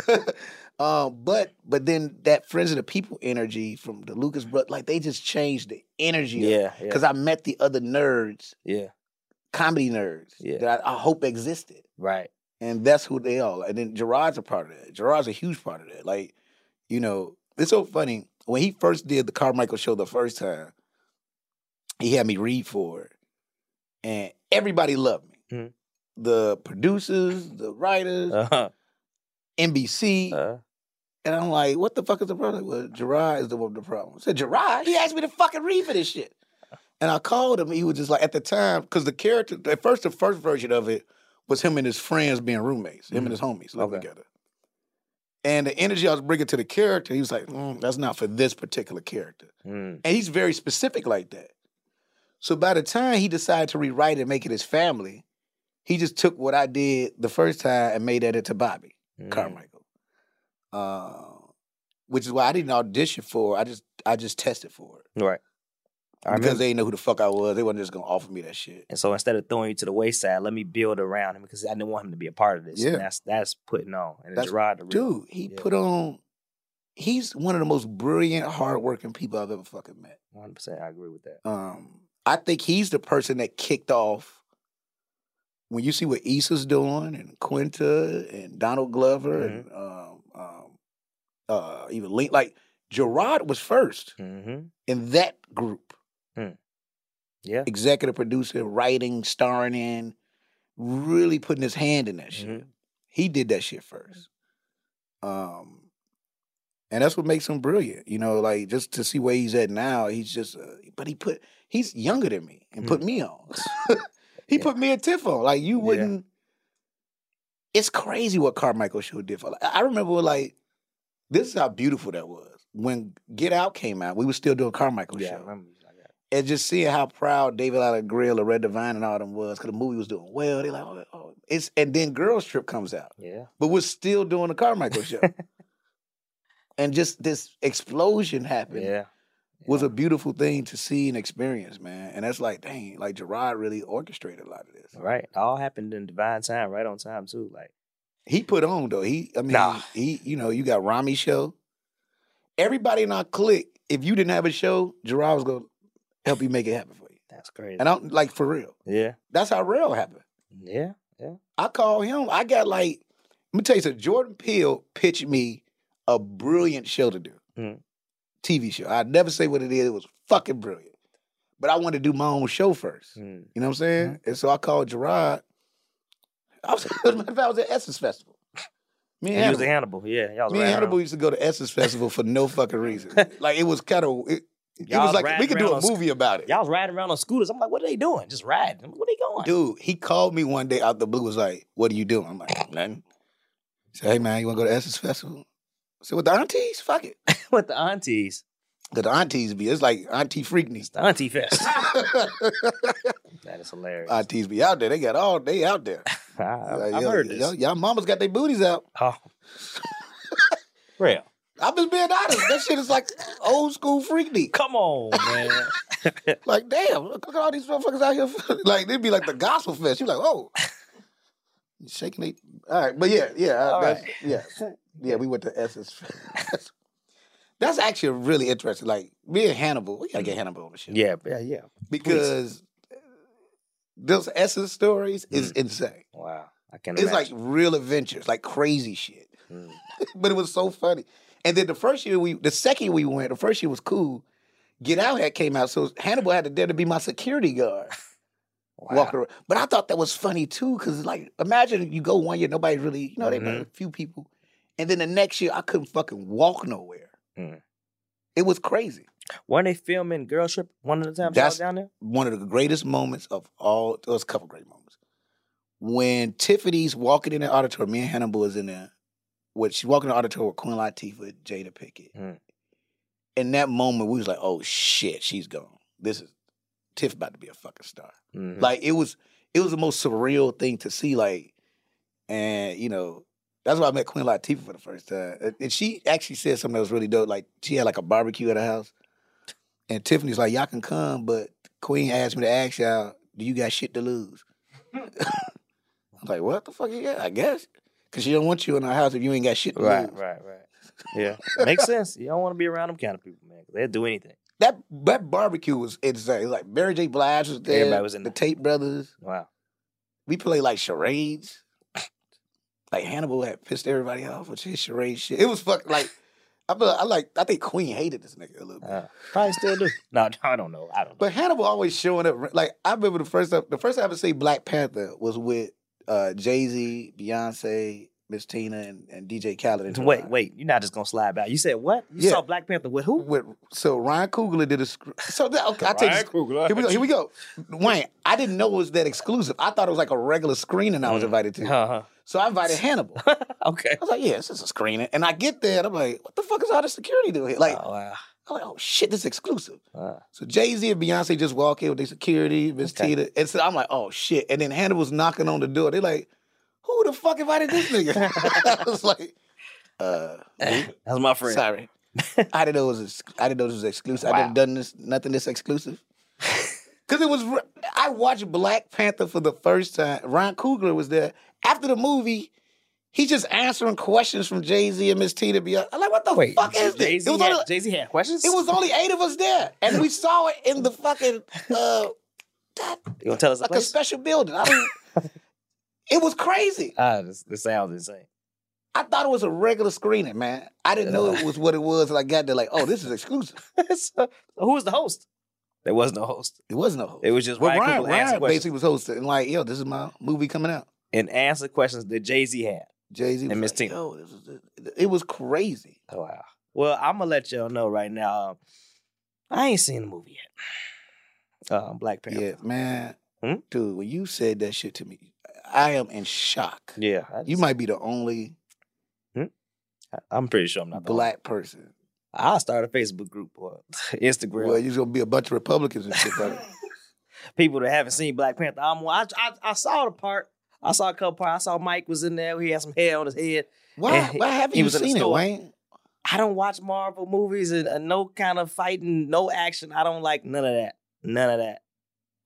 D: Like, um, but but then that friends of the people energy from the Lucas Brothers, like they just changed the energy.
E: Yeah. Yeah.
D: Because I met the other nerds
E: yeah.
D: comedy nerds
E: Yeah.
D: that I, I hope existed.
E: Right.
D: And that's who they are. And then Gerard's a part of that. Gerard's a huge part of that. Like, you know, it's so funny. When he first did the Carmichael show the first time, he had me read for it. And everybody loved me.
E: Mhm.
D: The producers, the writers,
E: Uh-huh.
D: NBC.
E: Uh,
D: and I'm like, what the fuck is the problem? Well, Gerard is the one with the problem. I said, Gerard? He asked me to fucking read for this shit. And I called him. He was just like, at the time, because the character, at first, the first version of it was him and his friends being roommates, him and his homies living
E: Mm-hmm. Okay.
D: together. And the energy I was bringing to the character, he was like, "Mm, that's not for this particular character.
E: mm,
D: And he's very specific like that. So by the time he decided to rewrite and make it his family, he just took what I did the first time and made that into Bobby.
E: mm.
D: Carmichael, uh, which is why I didn't audition for. it. I just I just tested for it
E: mm, Right. I
D: because
E: remember.
D: they didn't know who the fuck I was. They wasn't just gonna offer me that shit.
E: and so instead of throwing you to the wayside, let me build around him because I didn't want him to be a part of this.
D: Yeah.
E: And that's that's putting on. And
D: That's-
E: that's, Gerard, the real-
D: Dude, he
E: Yeah.
D: put on. He's one of the most brilliant, hardworking people I've ever fucking met.
E: 100%. I agree with that.
D: Um, I think he's the person that kicked off. When you see what Issa's doing and Quinta and Donald Glover and
E: Mm-hmm.
D: um, um, uh, even Link, like Gerard was first
E: Mm-hmm.
D: in that group.
E: Yeah.
D: executive producer, writing, starring in, really putting his hand in that shit.
E: Mm-hmm.
D: He did that shit first. Um, and that's what makes him brilliant, you know. Like just to see where he's at now, he's just. Uh, but he put he's younger than me and put me on. he put me and Tiff on. Like you
E: Mm. Yeah.
D: wouldn't. It's crazy what Carmichael show did for. Like, I I remember like this is how beautiful that was when Get Out came out. We were still doing Carmichael
E: Yeah. I
D: show
E: remember you like that.
D: and just seeing how proud David Allen Grill or Red Divine and all them was because the movie was doing well. They like, oh, oh. it's and then Girls Trip comes out,
E: Yeah.
D: but we're still doing the Carmichael show, and just this explosion happened
E: Yeah.
D: was a beautiful thing to see and experience, man. And that's like, dang, like Gerard really orchestrated a lot of this.
E: Right. It all happened in divine time, right on time too. Like
D: He put on though. He, I mean,
E: Nah.
D: he, you know, you got Rami show. Everybody in our clique, if you didn't have a show, Gerard was gonna help you make it happen for you.
E: that's crazy.
D: And I'm like for real.
E: yeah.
D: That's how real happened.
E: Yeah.
D: I called him. I got like, let me tell you something. Jordan Peele pitched me a brilliant show to do,
E: Mm.
D: TV show. I'd never say what it is. It was fucking brilliant. But I wanted to do my own show first.
E: Mm.
D: You know what I'm saying? And so I called Gerard. I was, as a matter of fact, I was at Essence Festival. Me and
E: And he was
D: Hannibal,
E: a Hannibal. Yeah. Y'all was
D: me and
E: riding
D: Hannibal
E: around.
D: used to go to Essence Festival for no fucking reason. like it was kind of, it, it
E: Y'all
D: was like
E: riding
D: we could do
E: around
D: a
E: on sc-
D: movie about it.
E: Y'all was riding around on scooters. I'm like, what are they doing? Just riding. I'm like, Where they going?
D: Dude, he called me one day out the blue, was like, What are you doing? I'm like, Nothing. He said, Hey man, you wanna go to Essence Festival? I said, With the aunties? Fuck it.
E: with the aunties.
D: Cause the aunties be, it's like Auntie Freakney.
E: It's the auntie fest. that is hilarious. I,
D: aunties be out there. They got all day out there.
E: I,
D: Like,
E: have
D: yo,
E: heard
D: Y'all,
E: this.
D: y'all mamas got their booties out.
E: Oh. Real.
D: I'm just being honest. That shit is like old school freaky.
E: Come on, man.
D: like, damn, look at all these motherfuckers out here. like, they'd be like the gospel fest. You're like, oh, you shaking it. All right, but yeah, yeah, uh, that's, right. yeah, yeah. We went to Essence. that's actually really interesting. Like me and Hannibal, we gotta get Hannibal on the show.
E: Yeah, yeah, yeah.
D: Because Please. those Essence stories is mm. insane.
E: Wow, I
D: can. It's imagine. like real adventures, like crazy shit. Mm. but it was so funny. And then the first year we, the second we went, the first year was cool. Get Out had came out, so Hannibal had to dare to be my security guard. Wow. Walking around. But I thought that was funny too, because like imagine you go one year, nobody really, you know, mm-hmm. they a few people. And then the next year I couldn't fucking walk nowhere. Mm. It was crazy.
E: Weren't they filming Girl Trip one of the times That's down there?
D: One of the greatest moments of all there was a couple great moments. When Tiffany's walking in the auditorium, me and Hannibal is in there when she walked in the auditorium with Queen Latifah, Jada Pickett. Mm. In that moment, we was like, "Oh shit, she's gone. This is Tiff about to be a fucking star." Mm-hmm. Like it was, it was the most surreal thing to see. Like, and you know, that's why I met Queen Latifah for the first time. And she actually said something that was really dope. Like she had like a barbecue at her house, and Tiffany's like, "Y'all can come, but Queen asked me to ask y'all, do you got shit to lose?" I'm like, "What the fuck? Yeah, I guess." Cause she don't want you in her house if you ain't got shit.
E: right, lose. right, right. Yeah, makes sense. You don't want to be around them kind of people, man. They'll do anything.
D: That that barbecue was insane. Like Mary J. Blige was there. Everybody was in the there. Tate Brothers.
E: Wow.
D: We played like charades. like Hannibal had pissed everybody off with his charade shit. It was fuck like. I, feel, I like. I think Queen hated this nigga a little bit. Uh,
E: probably still do. no, I don't know. I don't. Know.
D: But Hannibal always showing up. Like I remember the first time. The first time I ever see Black Panther was with uh, Jay Z, Beyonce, Miss Tina, and, and DJ Khaled.
E: Wait, line. wait, you're not just gonna slide by. You said what? You yeah. saw Black Panther with who?
D: With, so Ryan Coogler did a script. So that, okay, I take Ryan Coogler. Here we go. Here we go. Wayne, I didn't know it was that exclusive. I thought it was like a regular screening I was invited to. Uh-huh. So I invited Hannibal.
E: okay. I
D: was like, yeah, this is a screening, and I get there, and I'm like, what the fuck is all the security doing here? Like. Oh, wow. I'm like, oh shit, this is exclusive. Uh, so Jay Z and Beyonce just walk in with their security, Miss okay. Tina. And so I'm like, oh shit. And then Hannah was knocking on the door. They're like, who the fuck invited this nigga? I was like, uh,
E: that's my friend.
D: Sorry. I didn't know it was I didn't know this was exclusive. Wow. I didn't done this nothing this exclusive. Cause it was I watched Black Panther for the first time. Ron Coogler was there. After the movie, He's just answering questions from Jay Z and Miss Tina Beyonce. I'm like, what the Wait, fuck is
E: Jay-Z
D: this?
E: Had, Jay Z had questions.
D: It was only eight of us there, and we saw it in the fucking. Uh, that,
E: you gonna tell us
D: like
E: place?
D: a special building? I mean, it was crazy.
E: Ah, uh, this, this, sounds insane.
D: I thought it was a regular screening, man. I didn't know it was what it was. And I got there like, oh, this is exclusive.
E: so, who was the host? There was no host.
D: It was no host.
E: It was just well, Ryan.
D: Ryan, Ryan basically was hosting, like, yo, this is my movie coming out,
E: and answer questions that Jay Z had.
D: Jay Z
E: and Miss like,
D: Yo, this was, it was crazy.
E: Oh, wow. Well, I'm gonna let y'all know right now. um, I ain't seen the movie yet. Uh, Black Panther.
D: Yeah, man. Hmm? Dude, when you said that shit to me, I am in shock.
E: Yeah,
D: just, you might be the only.
E: Hmm? I'm pretty sure I'm not
D: black person.
E: I'll start a Facebook group or Instagram.
D: Well, you're gonna be a bunch of Republicans and shit. Like
E: People that haven't seen Black Panther, I'm, I, I, I saw the part. I saw a couple parts. I saw Mike was in there. He had some hair on his head.
D: Why? Why haven't you seen it, Wayne?
E: I don't watch Marvel movies and, and, no kind of fighting, no action. I don't like none of that. None of that.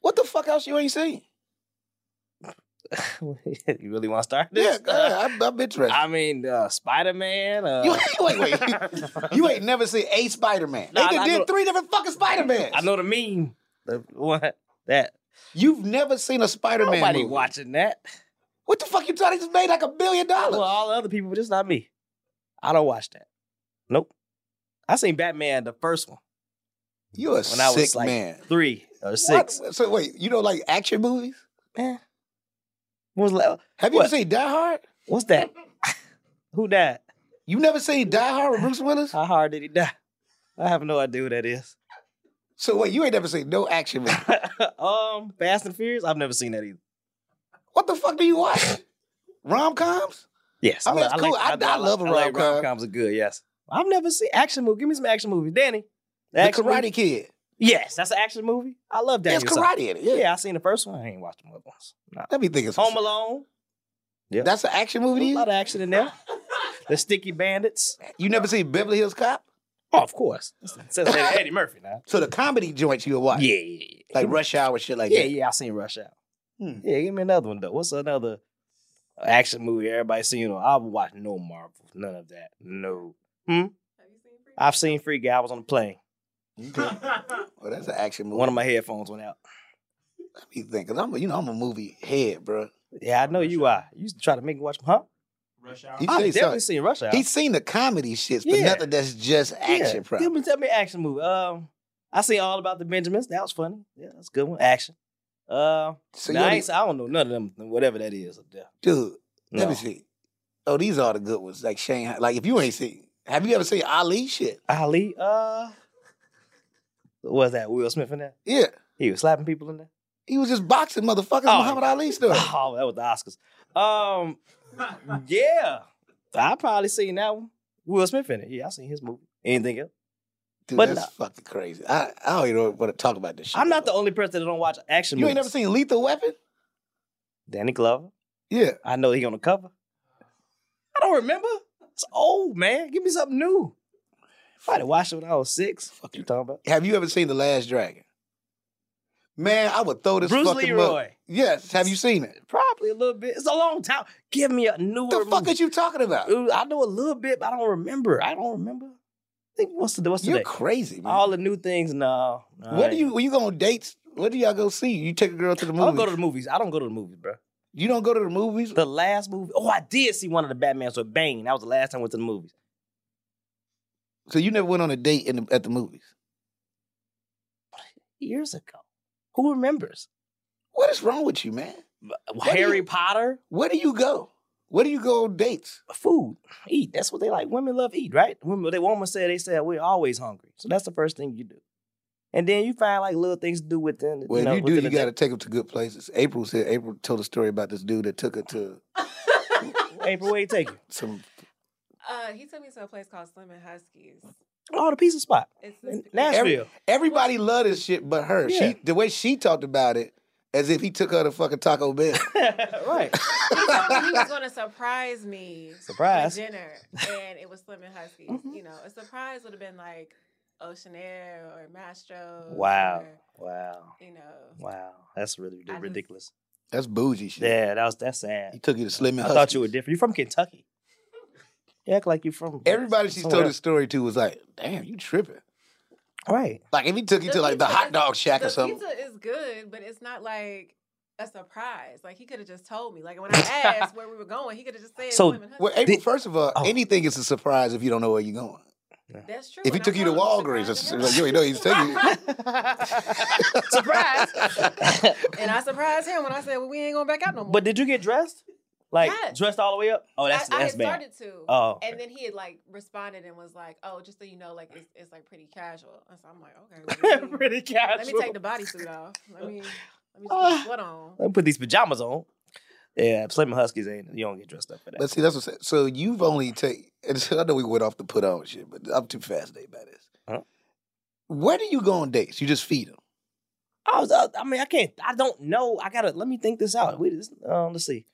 D: What the fuck else you ain't seen?
E: you really want to start this?
D: Yeah, uh, I'm, I'm, interested.
E: I mean, uh, Spider Man. Uh...
D: You, wait, wait, wait. you ain't never seen a Spider Man. Nah, they did, I, I did know, three different fucking Spider Mans.
E: I know the meme. The, what? That.
D: You've never seen a Spider Man.
E: Nobody
D: movie.
E: watching that.
D: What the fuck you thought he just made like a billion dollars?
E: Well, all the other people, but just not me. I don't watch that. Nope. I seen Batman the first one.
D: You a when sick I was like man.
E: Three or six.
D: What? So wait, you know like action movies?
E: Man. What was like,
D: Have you what? ever seen Die Hard?
E: What's that? Who died?
D: You never seen Die Hard with Bruce Willis?
E: How hard did he die? I have no idea who that is.
D: So wait, you ain't never seen no action movie?
E: um, Fast and Furious. I've never seen that either.
D: What the fuck do you watch? rom coms?
E: Yes.
D: I mean, well, I cool. Like, I, I, I, love rom like
E: rom coms. Are good. Yes. I've never seen action movie. Give me some action movie, Danny.
D: The, the Karate movie. Kid.
E: Yes, that's an action movie. I love that.
D: It's karate in it. Yeah.
E: yeah, I seen the first one. I ain't watched the other ones.
D: No. Let me think. It's
E: Home Alone.
D: Yeah, that's an action movie.
E: A lot of action in there. the Sticky Bandits.
D: You never seen Beverly Hills Cop?
E: Oh, of course. That's Eddie Murphy now.
D: So the comedy joints you would watch?
E: Yeah, yeah, yeah.
D: Like Rush Hour, shit like
E: yeah,
D: that.
E: yeah, I seen Rush Hour. Yeah, give me another one though. What's another action movie everybody seen? You know, I've watched no Marvel, none of that. No. Hmm? I've seen Free Guy. I was on the plane.
D: Well, that's an action movie.
E: One of my headphones went out.
D: Let me think, cause I'm, a, you know, I'm a movie head, bro.
E: Yeah, I know you are. You used to try to make me watch, huh?
D: He
E: I've
D: say
E: definitely
D: something.
E: seen Rush Hour.
D: He's seen the comedy shits, but
E: Yeah.
D: nothing that's just action.
E: yeah. Tell
D: Probably.
E: me, tell me action movie. Um, I seen all about the Benjamins. That was funny. Yeah, that's a good one. Action. Uh,
D: So
E: nah,
D: you
E: I,
D: only-
E: ain't, I don't know none of them. Whatever that is up there.
D: dude, let
E: No.
D: me see. Oh, these are the good ones. Like Shane, like if you ain't seen, have you ever seen Ali shit?
E: Ali. Uh, what was that Will Smith in there?
D: Yeah,
E: He was slapping people in there.
D: he was just boxing motherfuckers.
E: Oh.
D: Muhammad Ali stuff.
E: Oh, that was the Oscars. Um, yeah, I probably seen that one. Will Smith in it. Yeah, I seen his movie. Anything else?
D: Dude,
E: but
D: that's fucking crazy. I, I don't even want to talk about this shit.
E: I'm not the only person that don't watch action
D: You
E: movies.
D: ain't never seen Lethal Weapon?
E: Danny Glover.
D: Yeah.
E: I know he on the cover. I don't remember. It's old man. Give me something new. Probably watched it when I was six. Fuck you talking about?
D: Have you ever seen The Last Dragon? Man, I would throw this
E: Bruce
D: fucking
E: Leroy.
D: mug. Yes. Have you seen it?
E: Probably a little bit. It's a long time. Give me a newer.
D: What the fuck
E: movie.
D: is you talking about?
E: Ooh, I know a little bit, but I don't remember. I don't remember. I think what's the what's
D: You're
E: today?
D: crazy, man.
E: All the new things, no. no,
D: what
E: I
D: do
E: ain't.
D: you when you go on dates? What do y'all go see? You take a girl to the
E: I
D: movies.
E: don't go to the movies. I don't go to the movies, bro.
D: you don't go to the movies?
E: The last movie. Oh, I did see one of the Batman's with Bane. That was the last time I went to the movies.
D: So you never went on a date in the, at the movies?
E: Years ago. Who remembers?
D: What is wrong with you, man? do
E: Harry
D: you-
E: Potter?
D: Where do you go? Where do you go on dates?
E: Food. Eat. That's what they like. Women love eat, right? Women they woman said they said we're always hungry. So that's the first thing you do. And then you find like little things to do within
D: Well,
E: you know,
D: if you
E: within
D: do, you
E: the
D: got to take them to good places. April said April told a story about this dude that took her to
E: day. April, where you take you?
D: some.
I: Uh, he took me to a place called Slim and Huskies.
E: Oh, the pizza spot.
I: It's this,
E: In Nashville.
D: Every- everybody loved this shit, but her.
E: Yeah.
D: She the way she talked about it, as if he took her to fucking Taco Bell.
E: right.
I: he told me he was going to surprise me
E: Surprise. Mm-hmm.
I: for dinner, and it was Slim and Huskies. You know, a surprise would have been like Ocean Air or Mastro's.
E: Wow.
I: or,
E: Wow.
I: you know,
E: Wow. That's really
I: I just-
E: ridiculous.
D: That's bougie shit.
E: Yeah, that was that's sad.
D: He took you to Slim and
E: I thought
D: Huskies.
E: you were different. You from Kentucky? You act like you from
D: Everybody she's
E: somewhere
D: told this story to was like, "Damn, you tripping."
E: else. Right.
D: Like if he took you
I: The
D: to like the
I: pizza
D: hot
I: is-
D: dog shack or
I: the
D: something.
I: pizza is good, but it's not like a surprise. Like he could have just told me. Like when I asked where we were going, he could have just said
E: So-
I: Slim and Huskies.
D: Well, April,
E: Did-
D: first of all,
E: Oh.
D: anything is a surprise if you don't know where you're going.
I: That's true.
D: If he
I: and I
D: took you to
I: told him it
D: Walgreens,
I: was
D: it's
I: surprise
D: like,
I: him.
D: you ain't know he's taking you.
E: Surprise.
I: and I surprised him when I said, "Well, we ain't going back out no more."
E: But did you get dressed? Like
I: Yes.
E: dressed all the way up? Oh, that's
I: I, I
E: that's
I: had
E: bad.
I: started to.
E: Oh,
I: And then he had like responded and was like, "Oh, just so you know, like it's, it's like pretty casual." And so I'm like, "Okay, well, let me,
E: pretty casual.
I: let me take the bodysuit off. Let me let me just put the sweat on."
E: Let me put these pajamas on. Yeah, Slim and Huskies ain't. You don't get dressed up for that.
D: But see, that's what I'm saying. So you've only take. And so I know we went off the put on shit, but I'm too fascinated by this.
E: Huh?
D: Where do you go on dates? You just feed them.
E: I was. uh, I mean, I can't. I don't know. I gotta. Let me think this out. Wait, this, um, let's see.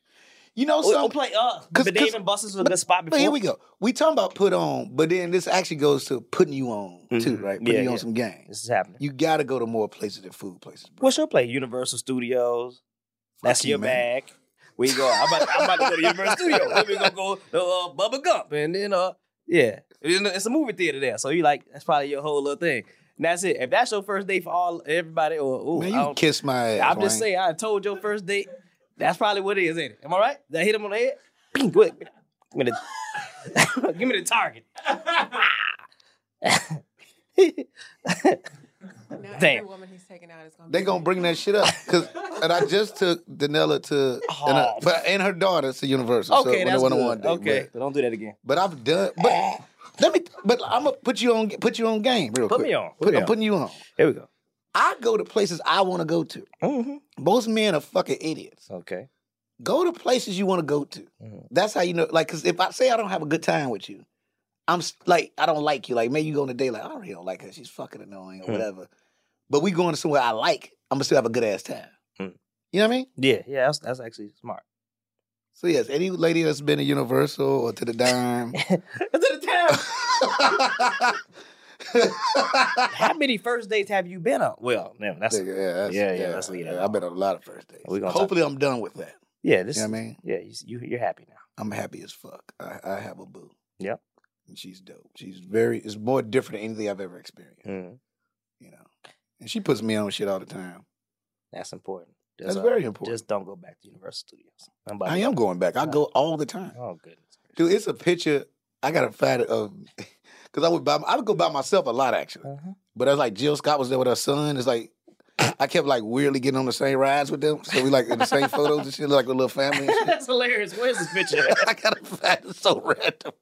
D: You know,
E: Oh,
D: some,
E: oh, play. Uh,
D: 'cause-
E: the
D: 'cause-
E: Dave and Buster's was a good spot before.
D: but here we go. We talking about put on, but then this actually goes to putting you on too,
E: Mhm.
D: right? Putting
E: Yeah,
D: you on
E: yeah.
D: some game.
E: This is happening.
D: You got to go to more places than food places. Bro.
E: What's your play? Universal Studios. That's
D: you,
E: your
D: man.
E: bag. Where you going? I'm about, I'm about to go to Universal Studios. Then we gonna go to uh, Bubba Gump, and then uh, yeah, it's a- it's a movie theater there. So you like that's probably your whole little thing. And that's it. If that's your first date for all everybody, or ooh,
D: Man,
E: I
D: you
E: don't-
D: kiss my ass.
E: I'm just
D: Wayne.
E: saying, I told your first date. That's probably what it is, ain't it? Am I right? Did I hit him on the head? Bing, Go ahead. Give me the, give me the target.
I: Now
E: Damn.
I: every woman he's taking out is gonna
D: They
I: be
D: gonna bring that shit up, cause and I just took Danella to, and, I-
E: Oh.
D: but and her daughter to Universal. so
E: Okay,
D: on a
E: that's
D: one-on-one
E: good.
D: date,
E: okay,
D: but-
E: so don't do that again.
D: But I've done. But let me. But I'm gonna put you on. Put you on game. Real
E: Put
D: quick.
E: me on, put
D: Put-
E: me
D: I'm
E: on.
D: putting you on.
E: Here we go.
D: I go to places I want to go to.
E: Mhm.
D: Most men are fucking idiots.
E: Okay.
D: Go to places you want to go to.
E: Mm-hmm.
D: That's how you know. Like, cause if I say I don't have a good time with you, I'm s- like I don't like you. Like, maybe you go on a date. Like, I really don't like her. She's fucking annoying or
E: Hmm.
D: whatever. But we going to somewhere I like. I'm gonna still have a good ass time.
E: Hmm.
D: You know what I mean?
E: Yeah, yeah, that's, that's actually smart.
D: So yes, any lady that's been to Universal or to the Dime, to
E: the Dime. How many first dates have you been on? Well, yeah, that's,
D: yeah, that's
E: yeah, yeah, yeah, that's leading.
D: I've been on a lot of first dates.
E: We gonna talk
D: Hopefully, I'm done with that.
E: Yeah, this.
D: You know what I mean,
E: yeah, you, you are happy now.
D: I'm happy as fuck. I, I have a boo.
E: Yep.
D: And she's dope. She's very. It's more different than anything I've ever experienced.
E: Mm.
D: You know, and she puts me on shit all the time.
E: That's important.
D: That's very important.
E: Just don't go back to Universal Studios. I'm
D: I am going back. I go all the time.
E: Oh goodness,
D: dude! It's a picture. I got a fat of because um, I would buy. I would go by myself a lot actually.
E: Uh-huh.
D: But I was like, Jill Scott was there with her son. It's like I kept like weirdly getting on the same rides with them, so we like in the same photos and shit, like a little family.
E: That's hilarious. Where's this picture?
D: I got a fat. It's so random.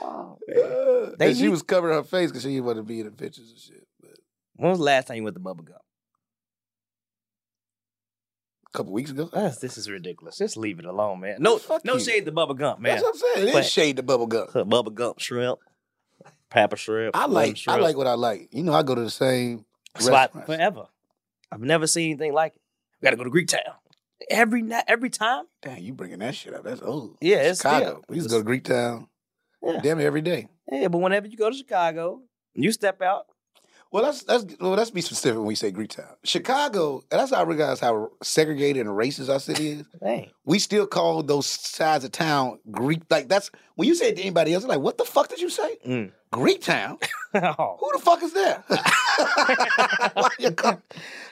E: oh,
D: Uh,
E: They
D: and she
E: need-
D: was covering her face because she didn't want to be in the pictures and shit. But
E: when was the last time you went to Bubba Gum?
D: a couple weeks ago,
E: Us, this is ridiculous. Just leave it alone, man. No,
D: Fuck
E: no
D: you.
E: shade to Bubba Gump, man.
D: that's what I'm saying. It
E: But-
D: is shade to bubble gum.
E: Bubba Gump shrimp, pepper shrimp.
D: I
E: lemon
D: like. I
E: shrimp.
D: like what I like. You know, I go to the same
E: spot
D: restaurants.
E: forever. I've never seen anything like it. We got to go to Greek Town every night, every time.
D: Damn, you bringing that shit up? That's old.
E: Yeah, it's
D: Chicago.
E: still-
D: we used to go to Greek Town.
E: Yeah.
D: Damn, it, every day.
E: Yeah, but whenever you go to Chicago, you step out.
D: Well, that's that's well, let's be specific when we say Greek Town. Chicago. and That's how I realize how segregated and racist our city is.
E: Dang.
D: We still call those sides of town Greek. Like that's when you say it to anybody else, they're like, what the fuck did you say?
E: Mm.
D: Greek Town.
E: oh,
D: who the fuck is there? Why you come-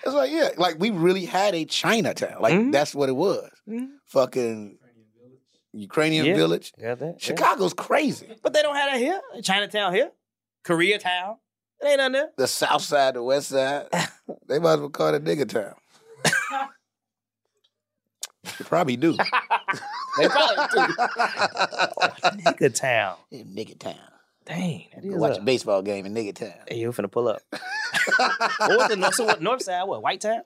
D: it's like, yeah, like we really had a Chinatown. Like
E: Mhm.
D: that's what it was.
E: Mhm.
D: Fucking Ukrainian
E: Yeah.
D: village.
E: got that. yeah.
D: Chicago's crazy.
E: But they don't have that here. Chinatown here, Koreatown. It ain't nothing there.
D: The south side, the west side. they might as well call it nigger town. They probably do.
E: They probably do. Nigga Town.
D: nigger town.
E: Dang, that
D: Go
E: is
D: watch
E: a-
D: a baseball game in nigger town.
E: Hey, you finna pull up. what was the north, so what, north side? What, White Town?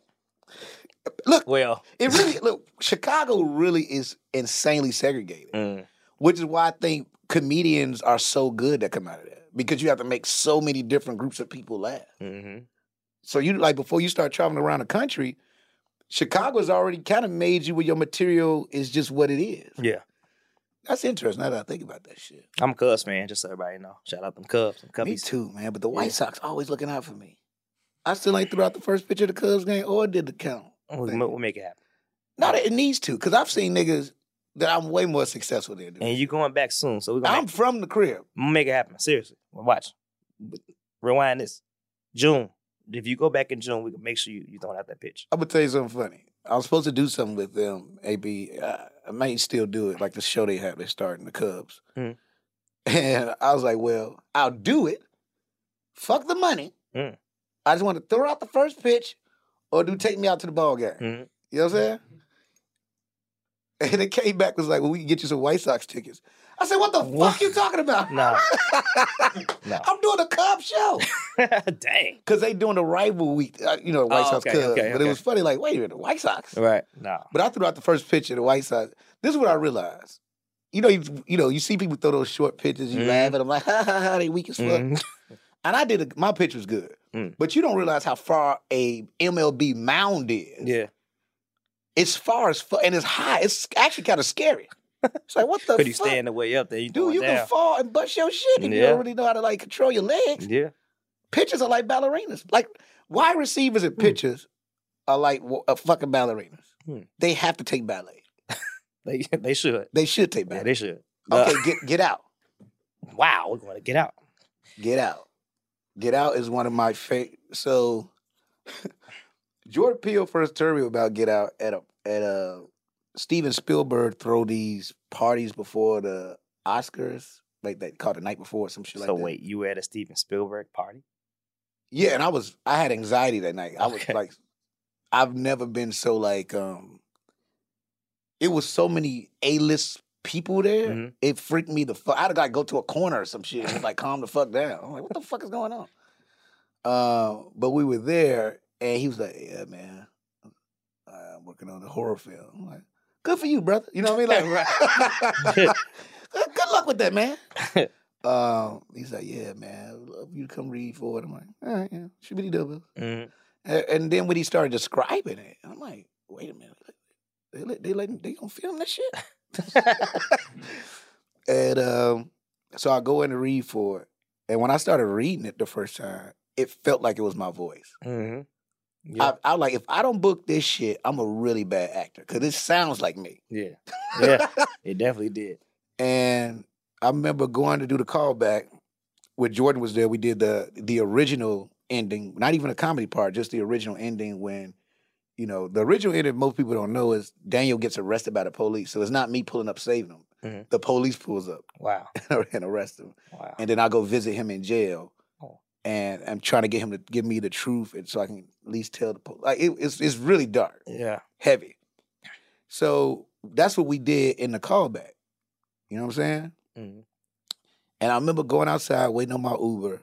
D: Look,
E: Well,
D: it really look, Chicago really is insanely segregated.
E: mm,
D: which is why I think comedians are so good that come out of that because you have to make so many different groups of people laugh.
E: hmm
D: So you like before you start traveling around the country, Chicago's already kind of made you where your material is just what it is.
E: yeah.
D: That's interesting. Now that I think about that shit,
E: I'm a Cubs fan, just so everybody know. Shout out them Cubs. Them
D: me
E: Cubbies.
D: too, man. But the
E: Yeah.
D: White Sox always looking out for me. I still ain't threw out the first pitch of the Cubs game or did the count.
E: We'll, ma- we'll make it happen.
D: Not that it needs to, because I've seen niggas that I'm way more successful than.
E: And you going back soon, so we're gonna
D: I'm
E: make,
D: from the crib.
E: we'll make it happen. Seriously. Well, Watch. Rewind this. June. If you go back in June, we can make sure you, you throwing out that pitch.
D: I'm gonna tell you something funny. I was supposed to do something with them, AB. I, I may still do it, like the show they have. They're starting the Cubs,
E: Mm.
D: and I was like, "Well, I'll do it. Fuck the money.
E: Mm.
D: I just want to throw out the first pitch, or do take me out to the ball game.
E: Mhm.
D: You know what I'm saying?" And it came back was like, "Well, we can get you some White Sox tickets." I said, "What the
E: What?
D: fuck you talking about?
E: No. No.
D: I'm doing a Cubs show."
E: Dang.
D: Because they doing the rival week, uh, you know, the White
E: Oh,
D: Sox
E: okay,
D: Cubs.
E: okay,
D: but
E: okay.
D: it was funny, like, wait a minute, the White Sox.
E: Right. No.
D: But I threw out the first pitch of the White Sox. This is what I realized. You know, you, you know, you see people throw those short pitches, you
E: Mhm.
D: laugh, and I'm like, ha ha ha, they weak as fuck.
E: Mhm.
D: And I did. A, my pitch was good,
E: Mm.
D: but you don't realize how far a MLB mound is.
E: Yeah.
D: It's far as fuck, and it's high. It's actually kind of scary. It's like what the
E: Could you
D: fuck?
E: stand the way up there? You
D: Dude,
E: throwing
D: you
E: down.
D: can fall and bust your shit if you
E: Yeah.
D: don't really know how to like control your legs.
E: Yeah.
D: Pitchers are like ballerinas. Like wide receivers and pitchers are like wa- uh, fucking ballerinas.
E: Hmm.
D: They have to take ballet.
E: They they should.
D: They should take ballet.
E: Yeah, they should.
D: Okay,
E: Uh,
D: get get out.
E: wow, we're going to get out.
D: Get out. Get out is one of my favorite. So, Jordan Peele first told me about Get Out at a at a Steven Spielberg throw these parties before the Oscars, like they called the night before or some shit like
E: so
D: that.
E: wait, you were at a Steven Spielberg party?
D: Yeah, and I was I had anxiety that night. I was
E: Okay.
D: like, I've never been so like um. It was so many A list people there.
E: Mhm.
D: It freaked me the fuck. I'd like go to a corner or some shit. And like calm the fuck down. I'm like, what the fuck is going on? Uh, but we were there, and he was like, "Yeah, man, I'm working on a horror film." I'm like, "Good for you, brother." You know what I mean? Like, good, good luck with that, man. Um, he's like, yeah, man, I'd love you to come read for it. I'm like, all right, yeah, shibbity double.
E: Mm.
D: And, and then when he started describing it, I'm like, wait a minute, They let, they let they gonna film that shit. and um, so I go in to read for it. And when I started reading it the first time, it felt like it was my voice.
E: Mm-hmm.
D: I, I like if I don't book this shit, I'm a really bad actor because it sounds like me.
E: Yeah, yeah, it definitely did.
D: And I remember going to do the callback when Jordan was there. We did the the original ending, not even a comedy part, just the original ending when. You know, the original ending most people don't know is Daniel gets arrested by the police. So it's not me pulling up saving him.
E: Mhm.
D: The police pulls up
E: Wow,
D: and arrests him.
E: wow.
D: And then I go visit him in jail.
E: Oh.
D: And I'm trying to get him to give me the truth and so I can at least tell the police. Like it, it's it's really dark
E: yeah,
D: heavy. So that's what we did in the callback. You know what I'm saying?
E: Mhm.
D: And I remember going outside, waiting on my Uber.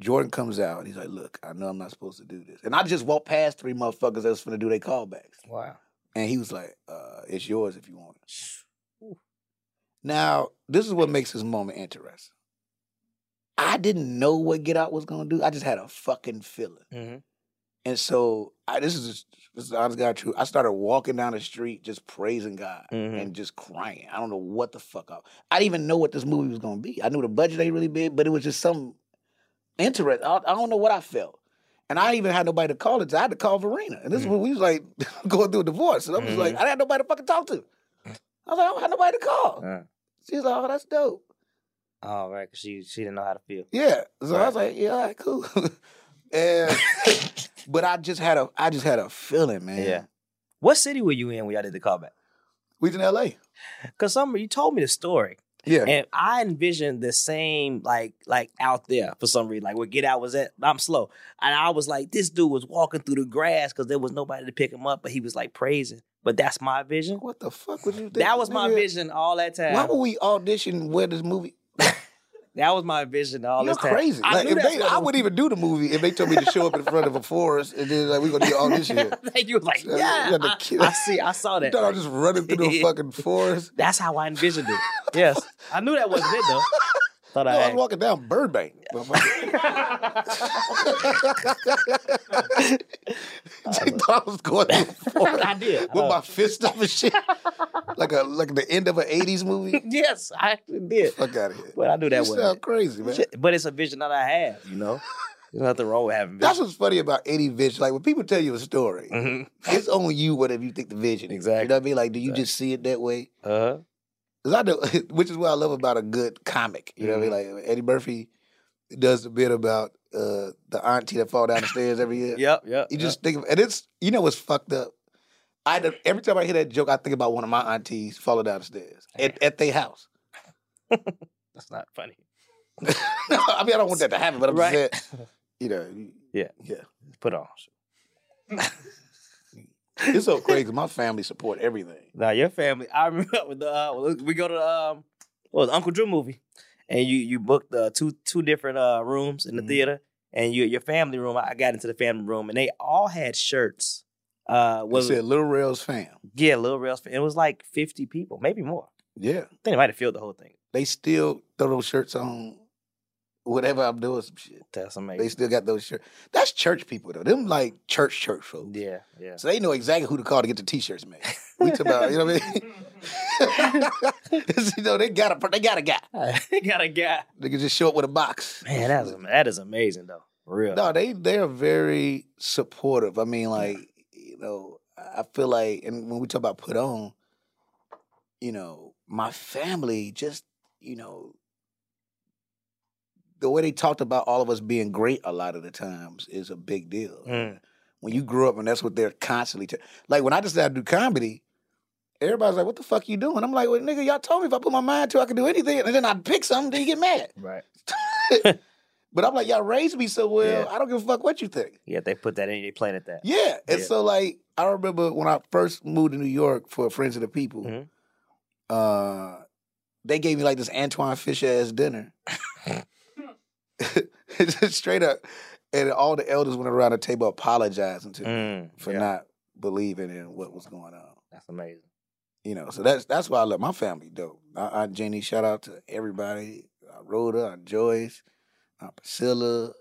D: Jordan comes out and he's like, Look, I know I'm not supposed to do this. And I just walked past three motherfuckers that was finna do their callbacks.
E: wow.
D: And he was like, uh, It's yours if you want it. Now, this is what makes this moment interesting. I didn't know what Get Out was gonna do. I just had a fucking feeling.
E: Mm-hmm.
D: And so I, this is this is honest God true. I started walking down the street just praising God
E: Mhm.
D: and just crying. I don't know what the fuck I, I didn't even know what this movie was gonna be. I knew the budget ain't really big, but it was just some interest. I, I don't know what I felt. And I even had nobody to call it. to. I had to call Verena. And this is when we was like going through a divorce. And I was like, I had nobody to fucking talk to. I was like, I don't have nobody to call.
E: Uh,
D: She was like, oh, that's dope.
E: all right, 'cause she she didn't know how to feel.
D: Yeah. So I was like, yeah, all right, cool. and but I just had a I just had a feeling, man.
E: Yeah. What city were you in when y'all did the callback?
D: We was in LA.
E: Because some you told me the story,
D: Yeah.
E: and I envisioned the same like like out there for some reason, like where Get Out was at. I'm slow, and I was like, this dude was walking through the grass because there was nobody to pick him up, but he was like praising. But that's my vision.
D: what the fuck would you think?
E: That was my
D: nigga?
E: vision all that time.
D: Why would we audition where this movie?
E: That was my vision all
D: You're
E: this time.
D: crazy.
E: I,
D: like,
E: knew
D: if
E: that's
D: they,
E: what
D: I wouldn't even do the movie if they told me to show up in front of a forest and then like we're gonna do all this shit.
E: you were like,
D: You had
E: yeah,
D: to
E: I,
D: kill-
E: I see. I saw
D: You
E: that.
D: thought I was just running through the fucking forest?
E: That's how I envisioned it. Yes, I knew that wasn't it though. Thought
D: No,
E: I.
D: I was
E: had-
D: walking down Burbank. motherfucker. They thought I was going through the forest
E: I did. Uh.
D: with my fist up and shit, like a like the end of an '80s movie.
E: yes, I actually did.
D: Fuck out of here.
E: But I knew that
D: you
E: wasn't.
D: sound
E: it.
D: crazy, man.
E: Shit, But it's a vision that I have. You know, there's nothing wrong with having
D: That's
E: vision.
D: what's funny about any vision. Like when people tell you a story,
E: hmm
D: it's on you whatever you think the vision is. You
E: Exactly.
D: know what I mean? Like, do you just see it that way?
E: Uh huh.
D: 'Cause I know, which is what I love about a good comic. You know
E: Mm-hmm.
D: what I mean? Like Eddie Murphy does a bit about uh, the auntie that fall down the stairs every year.
E: Yep. Yep.
D: You just think of, and it's you know what's fucked up. I don't- every time I hear that joke, I think about one of my aunties falling down the stairs at, at their house.
E: That's not funny.
D: no, I mean I don't want that to happen, but I'm
E: Right.
D: just saying, you know, you-
E: Yeah.
D: yeah.
E: Put on.
D: It's so crazy. 'cause My family support everything.
E: Now your family. I remember with the uh, well, we go to um, what was it, Uncle Drew movie, and you you booked uh, two two different uh rooms in the
D: Mhm.
E: theater, and you your family room. I got into the family room, and they all had shirts. Uh,
D: They
E: was
D: said Little Rail's fam.
E: yeah, Lil Rel. It was like fifty people, maybe more.
D: Yeah.
E: I think they might have filled the whole thing.
D: They still throw those shirts on whatever I'm doing some shit.
E: That's
D: They
E: amazing.
D: still got those shirts. That's church people though. Them like church church folks.
E: Yeah, yeah.
D: So they know exactly who to call to get the t-shirts made. We talk about, you know what I mean? you know, they got a they got a guy.
E: got a guy.
D: They can just show up with a box.
E: Man, that's am- that is amazing though. For real.
D: No, they they are very supportive. I mean, like you know, I feel like, and when we talk about put on, you know, my family just you know, the way they talked about all of us being great a lot of the times is a big deal.
E: Mm.
D: When you grew up, and that's what they're constantly t- like. When I decided to do comedy. Everybody's like, "What the fuck you doing?" I'm like, "Well, nigga, y'all told me if I put my mind to, it, I could do anything." And then I pick something, then you get mad.
E: Right.
D: But I'm like, y'all raised me so well.
E: Yeah.
D: I don't give a fuck what you think.
E: Yeah, they put that in. They played at that.
D: Yeah. And
E: Yeah.
D: so like I remember when I first moved to New York for Friends of the People,
E: Mhm.
D: uh, they gave me like this Antoine Fisher ass dinner. Just straight up. And all the elders went around the table apologizing to me
E: Mm,
D: for
E: yeah,
D: not believing in what was going on.
E: That's amazing.
D: You know, so that's that's why I love my family dope. Aunt Aunt Jenny, shout out to everybody. Aunt Rhoda, Aunt Joyce, Aunt Priscilla,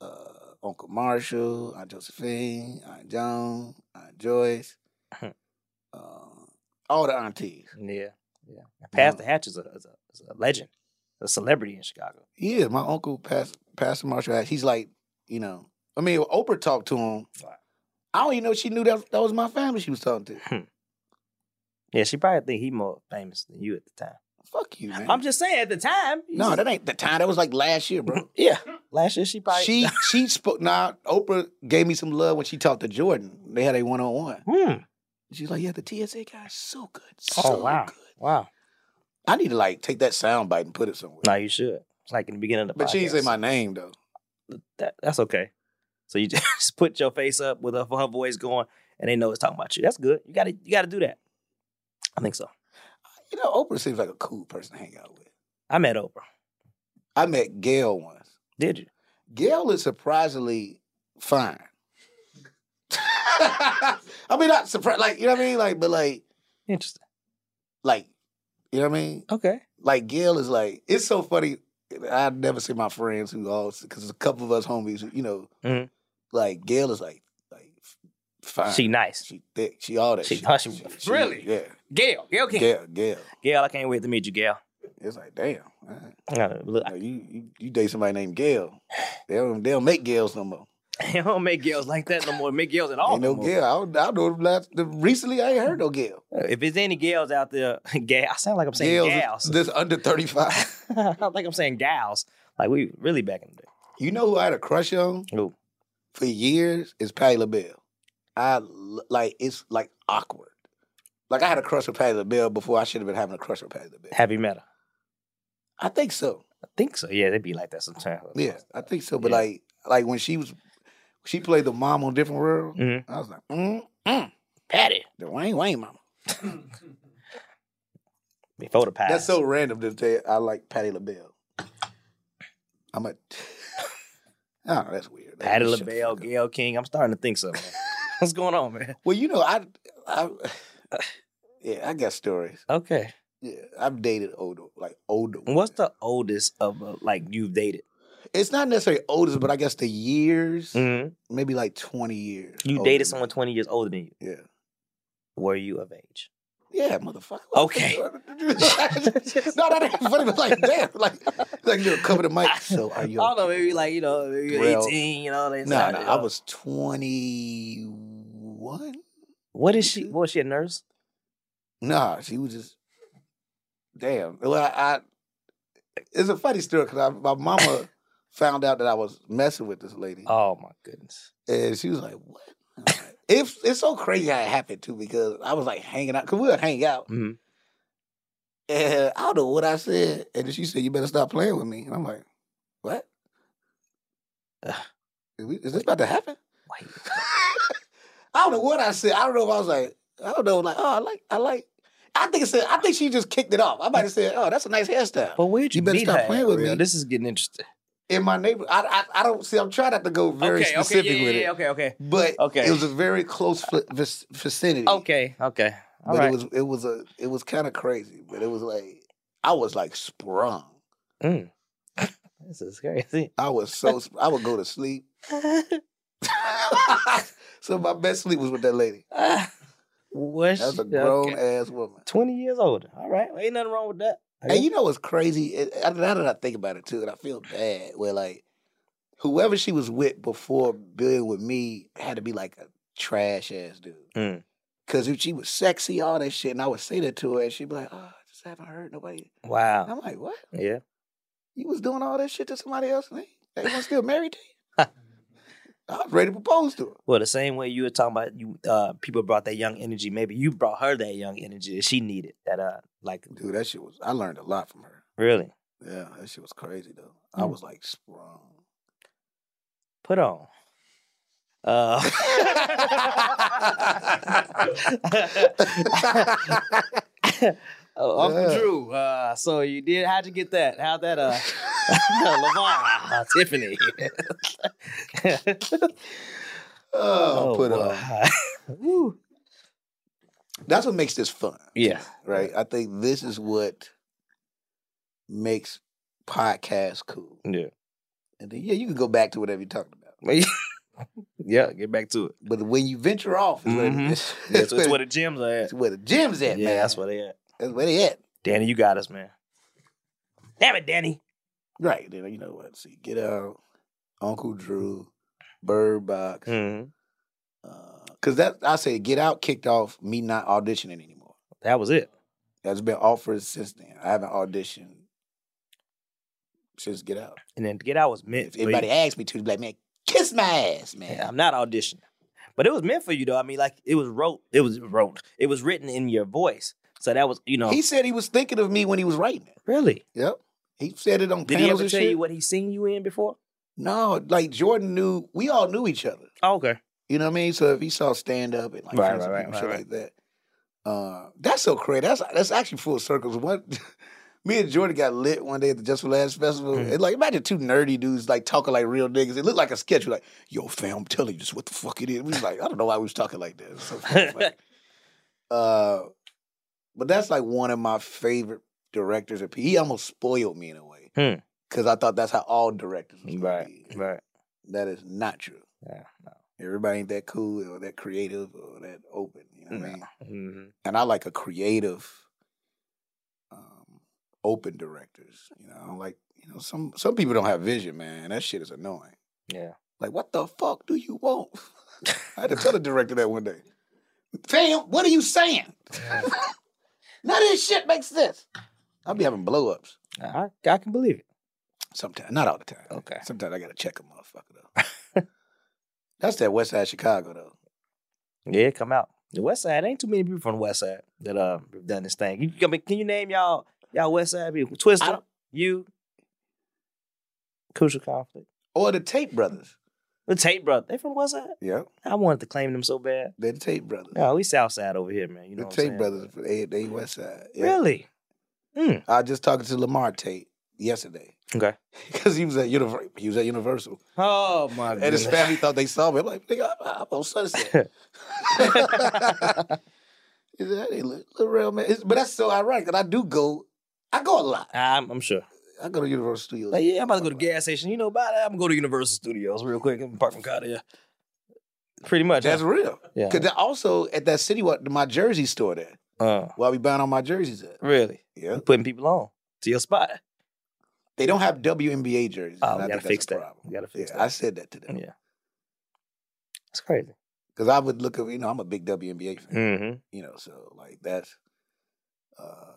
D: uh, Uncle Marshall, Aunt Josephine, Aunt Joan, Aunt Joyce. um, All the aunties.
E: Yeah, yeah. Pastor Hatch is a, is a, is a legend, a celebrity in Chicago.
D: Yeah, my uncle, Pastor, Pastor Marshall Hatch, he's like, you know, I mean, Oprah talked to him. I don't even know if she knew that, that was my family she was talking to.
E: Hmm. Yeah, she probably think he more famous than you at the time.
D: Fuck you, man.
E: I'm just saying at the time.
D: no, that ain't the time. That was like last year, bro.
E: yeah, last year she probably
D: She she spoke. Nah, Oprah gave me some love when she talked to Jordan. They had a one on one.
E: Hmm.
D: She's like, yeah, the TSA guy's so good.
E: Oh
D: So
E: wow,
D: good.
E: wow.
D: I need to like take that sound bite and put it somewhere.
E: No, you should. It's like in the beginning of the
D: But she didn't say
E: podcast.
D: my name though.
E: That, that's okay. So you just put your face up with her, her voice going, and they know it's talking about you. That's good. You got to you got to do that. I think so.
D: You know, Oprah seems like a cool person to hang out with.
E: I met Oprah.
D: I met Gail once.
E: Did you?
D: Gail is surprisingly fine. I mean, not surprised. Like you know what I mean? Like, but like,
E: Interesting.
D: like, you know what I mean?
E: Okay.
D: Like Gail is like, it's so funny. I never see my friends who all because a couple of us homies, who, you know,
E: Mhm.
D: like Gail is like, like f- fine.
E: She nice.
D: she thick, she all that.
E: She-
D: shit.
E: oh, she- really?
D: yeah,
E: Gail. Gail King. Gail.
D: Gail, Gail.
E: I can't wait to meet you, Gail.
D: It's like, damn, all right.
E: I gotta- Look,
D: Now, you, you you date somebody named Gail. They don't they don't make Gales no more.
E: I don't make Gails like that no more. Make Gails at all.
D: Ain't no
E: more.
D: Gail. I don't, I don't know. the Last, the, recently, I ain't heard no Gail.
E: If there's any gals out there, gal, I sound like I'm saying
D: Gales,
E: gals.
D: this under thirty five.
E: I don't think I'm saying gals. Like we really back in the day.
D: You know who I had a crush on
E: Who?
D: for years is Patty LaBelle. I l- like it's like awkward. Like I had a crush with Patty LaBelle before I should have been having a crush with Patty LaBelle.
E: Have you met her?
D: I think so.
E: I think so. Yeah, they be like that sometimes.
D: Yeah, I think so. But
E: Yeah.
D: like like when she was she played the mom on Different World.
E: Mhm.
D: I was like, mm, mm, Patty, the Wayne Wayne mama.
E: Before the past.
D: That's so random to say I like Patty LaBelle. I'm a. oh, that's weird.
E: Patty
D: Shut the
E: LaBelle,
D: fuck up.
E: Gail King. I'm starting to think so. Man. What's going on, man?
D: Well, you know, I, I,
E: Uh,
D: yeah, I got stories.
E: Okay.
D: Yeah, I've dated older, like older. women.
E: What's the oldest of uh, like you've dated?
D: It's not necessarily oldest, but I guess the years,
E: Mm-hmm.
D: maybe like twenty years.
E: You
D: older.
E: dated someone 20 years older than you.
D: Yeah.
E: Were you of age?
D: Yeah, motherfucker.
E: Okay.
D: no, that ain't funny. But like, damn, like, like you know, cover the mic. So are you?
E: I don't know. Maybe like you know, maybe you're
D: Well,
E: 18. You know, they
D: No,
E: start,
D: no,
E: you
D: I
E: know.
D: was twenty one.
E: What is she? Was she a nurse?
D: Nah, she was just damn. Well, I, I it's a funny story because my mama found out that I was messing with this lady,
E: Oh my goodness.
D: and she was like, "What?" I'm like, it's it's so crazy how it happened too because I was like hanging out because we would hang out,
E: Mhm.
D: and I don't know what I said, and then she said, "You better stop playing with me," and I'm like, "What?
E: Ugh.
D: Is, we, is this about to happen?"
E: Wait.
D: I don't know what I said. I don't know if I was like, I don't know, like, oh, I like, I like. I think it said, I think she just kicked it off. I might have said, oh, that's a nice hairstyle.
E: But where'd you,
D: You better
E: meet
D: stop
E: her
D: playing
E: at,
D: with
E: Real?
D: me.
E: This is getting interesting.
D: In my neighborhood, I, I, I don't see. I'm trying not to go very
E: okay.
D: specific
E: okay. Yeah,
D: with
E: yeah,
D: it,
E: yeah, Okay. Okay.
D: but
E: Okay. Oh,
D: it was a very close fl- vic- vicinity.
E: Okay. Okay. All
D: but
E: right.
D: it was it was a it was kind of crazy, but it was like I was like sprung.
E: Mm. this is crazy.
D: I was so sp- I would go to sleep. so my best sleep was with that lady.
E: was
D: That was a
E: she-
D: grown
E: okay.
D: ass woman.
E: 20 years older. All right. Well, ain't nothing wrong with that. I
D: And
E: guess.
D: you know what's crazy? It- I- Now that I think about it too, and I feel bad. Where like, whoever she was with before being with me had to be like a trash ass dude.
E: Mm.
D: Cause if she was sexy, all that shit, and I would say that to her, and she'd be like, "Oh, I just haven't heard nobody."
E: Wow.
D: I'm like, "What?
E: Yeah.
D: You was doing all that shit to somebody else? And they they was still married to you?" I was ready to propose to her.
E: Well, the same way you were talking about you uh people brought that young energy, maybe you brought her that young energy that she needed. That uh like
D: Dude, that shit was. I learned a lot from her.
E: really
D: Yeah, that shit was crazy though. I
E: Mm.
D: was like sprung.
E: put on. Uh Oh, Uncle
D: Yeah.
E: Drew. Uh, so you did? How'd you get that? How'd that? Uh, Lavon, uh, Tiffany.
D: Oh, put
E: boy.
D: on.
E: Woo.
D: That's what makes this fun.
E: Yeah.
D: right? I think this is what makes podcasts cool.
E: Yeah.
D: And then, yeah, you can go back to whatever you talked about.
E: But you- Yeah, get back to it.
D: But when you venture off, is where-
E: Mhm.
D: it's,
E: That's,
D: it's
E: that's where the gyms are at.
D: it's where the gym's at,
E: yeah,
D: man.
E: that's where they at.
D: That's where they at.
E: Danny, you got us, man. Damn it, Danny.
D: Right. Then you know what? See, get out, Uncle
E: Mm-hmm.
D: Drew, Bird Box. uh,
E: Mhm.
D: Cause that I say get out kicked off me not auditioning anymore.
E: That was it.
D: That's been offered since then. I haven't auditioned since get out.
E: And then Get Out was meant.
D: If
E: for you.
D: anybody asked me to, be like, man, kiss my ass, man.
E: Yeah, I'm not auditioning. But it was meant for you though. I mean, like it was wrote, it was wrote, it was written in your voice. So that was, you know,
D: He said he was thinking of me when he was writing it.
E: really.
D: Yep. He said it on
E: Did he
D: panels
E: ever
D: and
E: tell
D: shit.
E: you what he seen you in before?
D: No, like Jordan knew we all knew each other.
E: Oh, okay.
D: You know what I mean? So if he saw stand up and like
E: Right,
D: friends
E: right,
D: and
E: right,
D: shit
E: right,
D: like that, uh, that's so crazy. That's that's actually full circles. One, me and Jordan got lit one day at the Just for Last festival.
E: Mm-hmm.
D: And like imagine two nerdy dudes like talking like real niggas. It looked like a sketch. We're like, yo, fam, I'm telling you just what the fuck it is. We was like, I don't know why we was talking like that. It's so fucking funny. uh, but that's like one of my favorite directors. of P- He almost spoiled me in a way
E: Hmm.
D: because I thought that's how all directors was gonna
E: Right,
D: be.
E: right.
D: That is not true.
E: Yeah,
D: Everybody ain't that cool or that creative or that open. You know what I mean?
E: Mhm.
D: And I like a creative, um, open directors. You know, I don't like you know some some people don't have vision, man. and That shit is annoying.
E: Yeah.
D: Like, what the fuck do you want? I had to tell the director that one day. Fam, what are you saying? None of this shit makes sense. I'll be having blow ups
E: I, I can believe it.
D: sometimes, not all the time.
E: Okay.
D: Sometimes I gotta check a motherfucker though. That's that West Side Chicago though.
E: Yeah, come out. The West Side ain't too many people from the West Side that uh have done this thing. You, I mean, can you name y'all y'all West Side people? Twister,
D: don't-
E: you, Crucial Conflict,
D: Or the Tape Brothers.
E: the Tate brother. They from West Side.
D: Yeah,
E: I wanted to claim them so bad.
D: they're the Tape Brothers.
E: No, we South Side over here, man. You know
D: the
E: what I'm
D: Tate
E: saying?
D: brothers, they, they West Side. Yeah.
E: Really? Mm.
D: I was just talking to Lamar Tate yesterday
E: Okay.
D: because he was at Universal. He was at Universal,
E: Oh my god.
D: and his family thought they saw me. I'm like, nigga, I'm, I'm on Sunset. he said, that ain't little, little real man. It's- but that's so ironic that I do go. I go a lot.
E: I'm, I'm sure.
D: I go to Universal Studios.
E: Like, yeah, I'm about to go to gas station. You know about it. I'm gonna go to Universal Studios real quick and park from Cartier. Pretty much.
D: That's
E: huh?
D: real.
E: Yeah.
D: Because also at that city, what my jersey store there,
E: Uh,
D: where I be buying all my jerseys at.
E: really?
D: Yeah.
E: You putting people on to your spot.
D: They don't have WNBA jerseys.
E: Oh,
D: and
E: we
D: I
E: gotta
D: think that's
E: fix
D: a
E: that.
D: problem.
E: We gotta fix
D: yeah,
E: that.
D: I said that to them.
E: Yeah. It's crazy.
D: Because I would look at, you know, I'm a big WNBA fan,
E: Mm-hmm.
D: you know, so like that's, uh,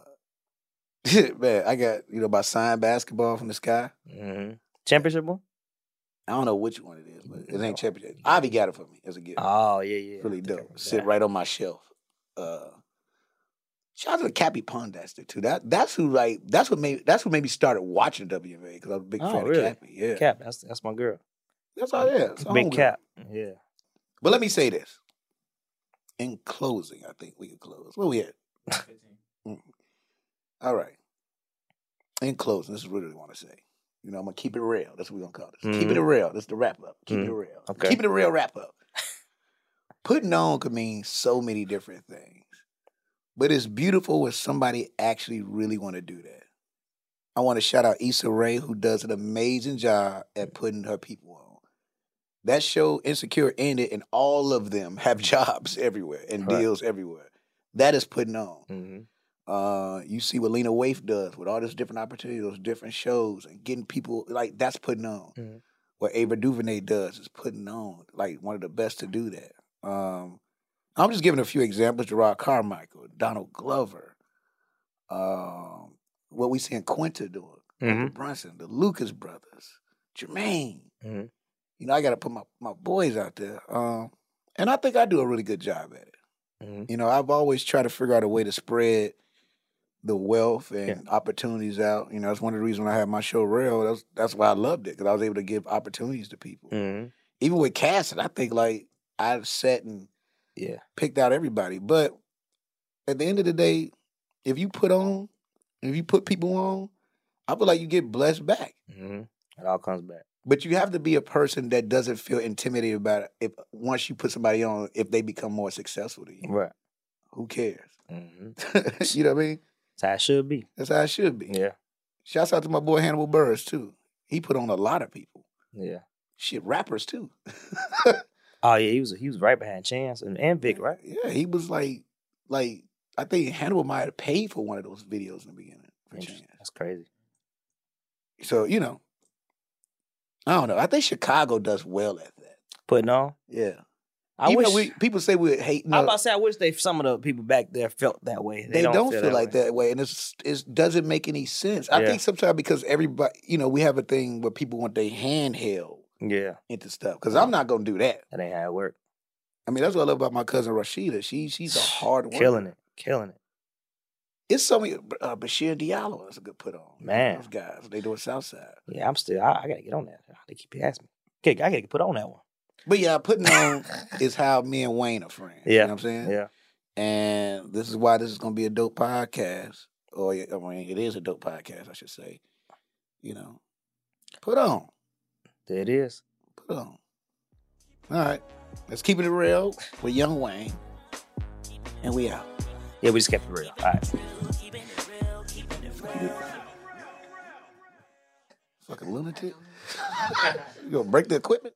D: man, I got, you know, my signed basketball from the sky.
E: Mm-hmm. Championship one?
D: I don't know which one it is, but it ain't championship. Ivy got it for me as a gift.
E: Oh yeah, yeah.
D: really
E: I think I
D: dope.
E: remember
D: Sit
E: that.
D: right on my shelf. Uh, shout out to Cappy Pondester too. That that's who like that's what made that's what made me started watching WNBA because I was a big
E: Oh,
D: fan
E: really?
D: of Cappy. Yeah,
E: Cap, that's that's my girl.
D: that's all. Yeah, that's all I'm
E: Big
D: with.
E: cap. Yeah.
D: But let me say this. In closing, I think we can close. Where we at? Mm. All right. In closing, this is what I really want to say. You know, I'm gonna keep it real. That's what we're gonna call this. Keep it
E: Mhm.
D: real. That's the wrap up. Keep it
E: Mm.
D: real.
E: Okay.
D: Keep it a real wrap up. Putting on could mean so many different things. But it's beautiful when somebody actually really want to do that. I want to shout out Issa Rae, who does an amazing job at putting her people on. That show, Insecure, ended, and all of them have jobs everywhere and
E: Right.
D: deals everywhere. That is putting on.
E: Mm-hmm.
D: Uh, you see what Lena Waif does with all those different opportunities, those different shows, and getting people like that's putting on.
E: Mhm.
D: What Ava DuVernay does is putting on like one of the best to do that. Um, I'm just giving a few examples: Gerard Carmichael, Donald Glover, um, what we seeing Quinta doing, Quinta
E: Mhm.
D: Brunson, the Lucas brothers, Jermaine.
E: Mhm.
D: You know, I got to put my my boys out there, um, and I think I do a really good job at it.
E: Mhm.
D: You know, I've always tried to figure out a way to spread the wealth and opportunities out. You know, that's one of the reasons when I had my show Real, that's that's why I loved it because I was able to give opportunities to people.
E: Mm-hmm.
D: Even with casting, I think like I sat and
E: Yeah.
D: picked out everybody. But at the end of the day, if you put on, if you put people on, I feel like you get blessed back.
E: Mm-hmm. It all comes back.
D: But you have to be a person that doesn't feel intimidated about it. If once you put somebody on, if they become more successful than you,
E: Right.
D: who cares?
E: Mm-hmm.
D: you know what I mean?
E: That's how it should be.
D: That's how it should be.
E: Yeah.
D: Shouts out to my boy Hannibal Burris too. He put on a lot of people.
E: Yeah.
D: Shit, rappers too.
E: oh yeah, he was he was right behind Chance and, and Vic, right?
D: Yeah, he was like like I think Hannibal might have paid for one of those videos in the beginning for Chance.
E: That's crazy.
D: So you know, I don't know. I think Chicago does well at that.
E: Putting on,
D: yeah.
E: I
D: Even
E: wish
D: though we, people say we hate.
E: I'm about to say I wish they some of the people back there felt that way.
D: they, don't, feel,
E: that
D: like
E: way.
D: that way, and it's it doesn't make any sense. I
E: Yeah.
D: think sometimes because everybody, you know, we have a thing where people want their hand held
E: Yeah,
D: into stuff. Because
E: Mm.
D: I'm not gonna do that.
E: that ain't how it worked.
D: I mean, that's what I love about my cousin Rashida. She she's a hard worker.
E: Killing it, killing it.
D: It's so many. Uh, Bashir Diallo is a good put on.
E: Man.
D: those guys they do it Southside.
E: Yeah, I'm still. I, I gotta get on that. They keep asking me. Okay, I gotta put on that one.
D: But yeah, putting on is how me and Wayne are friends. you
E: Yeah.
D: know what I'm saying.
E: Yeah,
D: And this is why this is going to be a dope podcast. Or, I mean, it is a dope podcast, I should say. You know, put on,
E: there it is.
D: put on. All right, let's keep it real with Young Wayne. And we out.
E: Yeah, we just kept it real. All right.
D: Fucking lunatic. you going to break the equipment?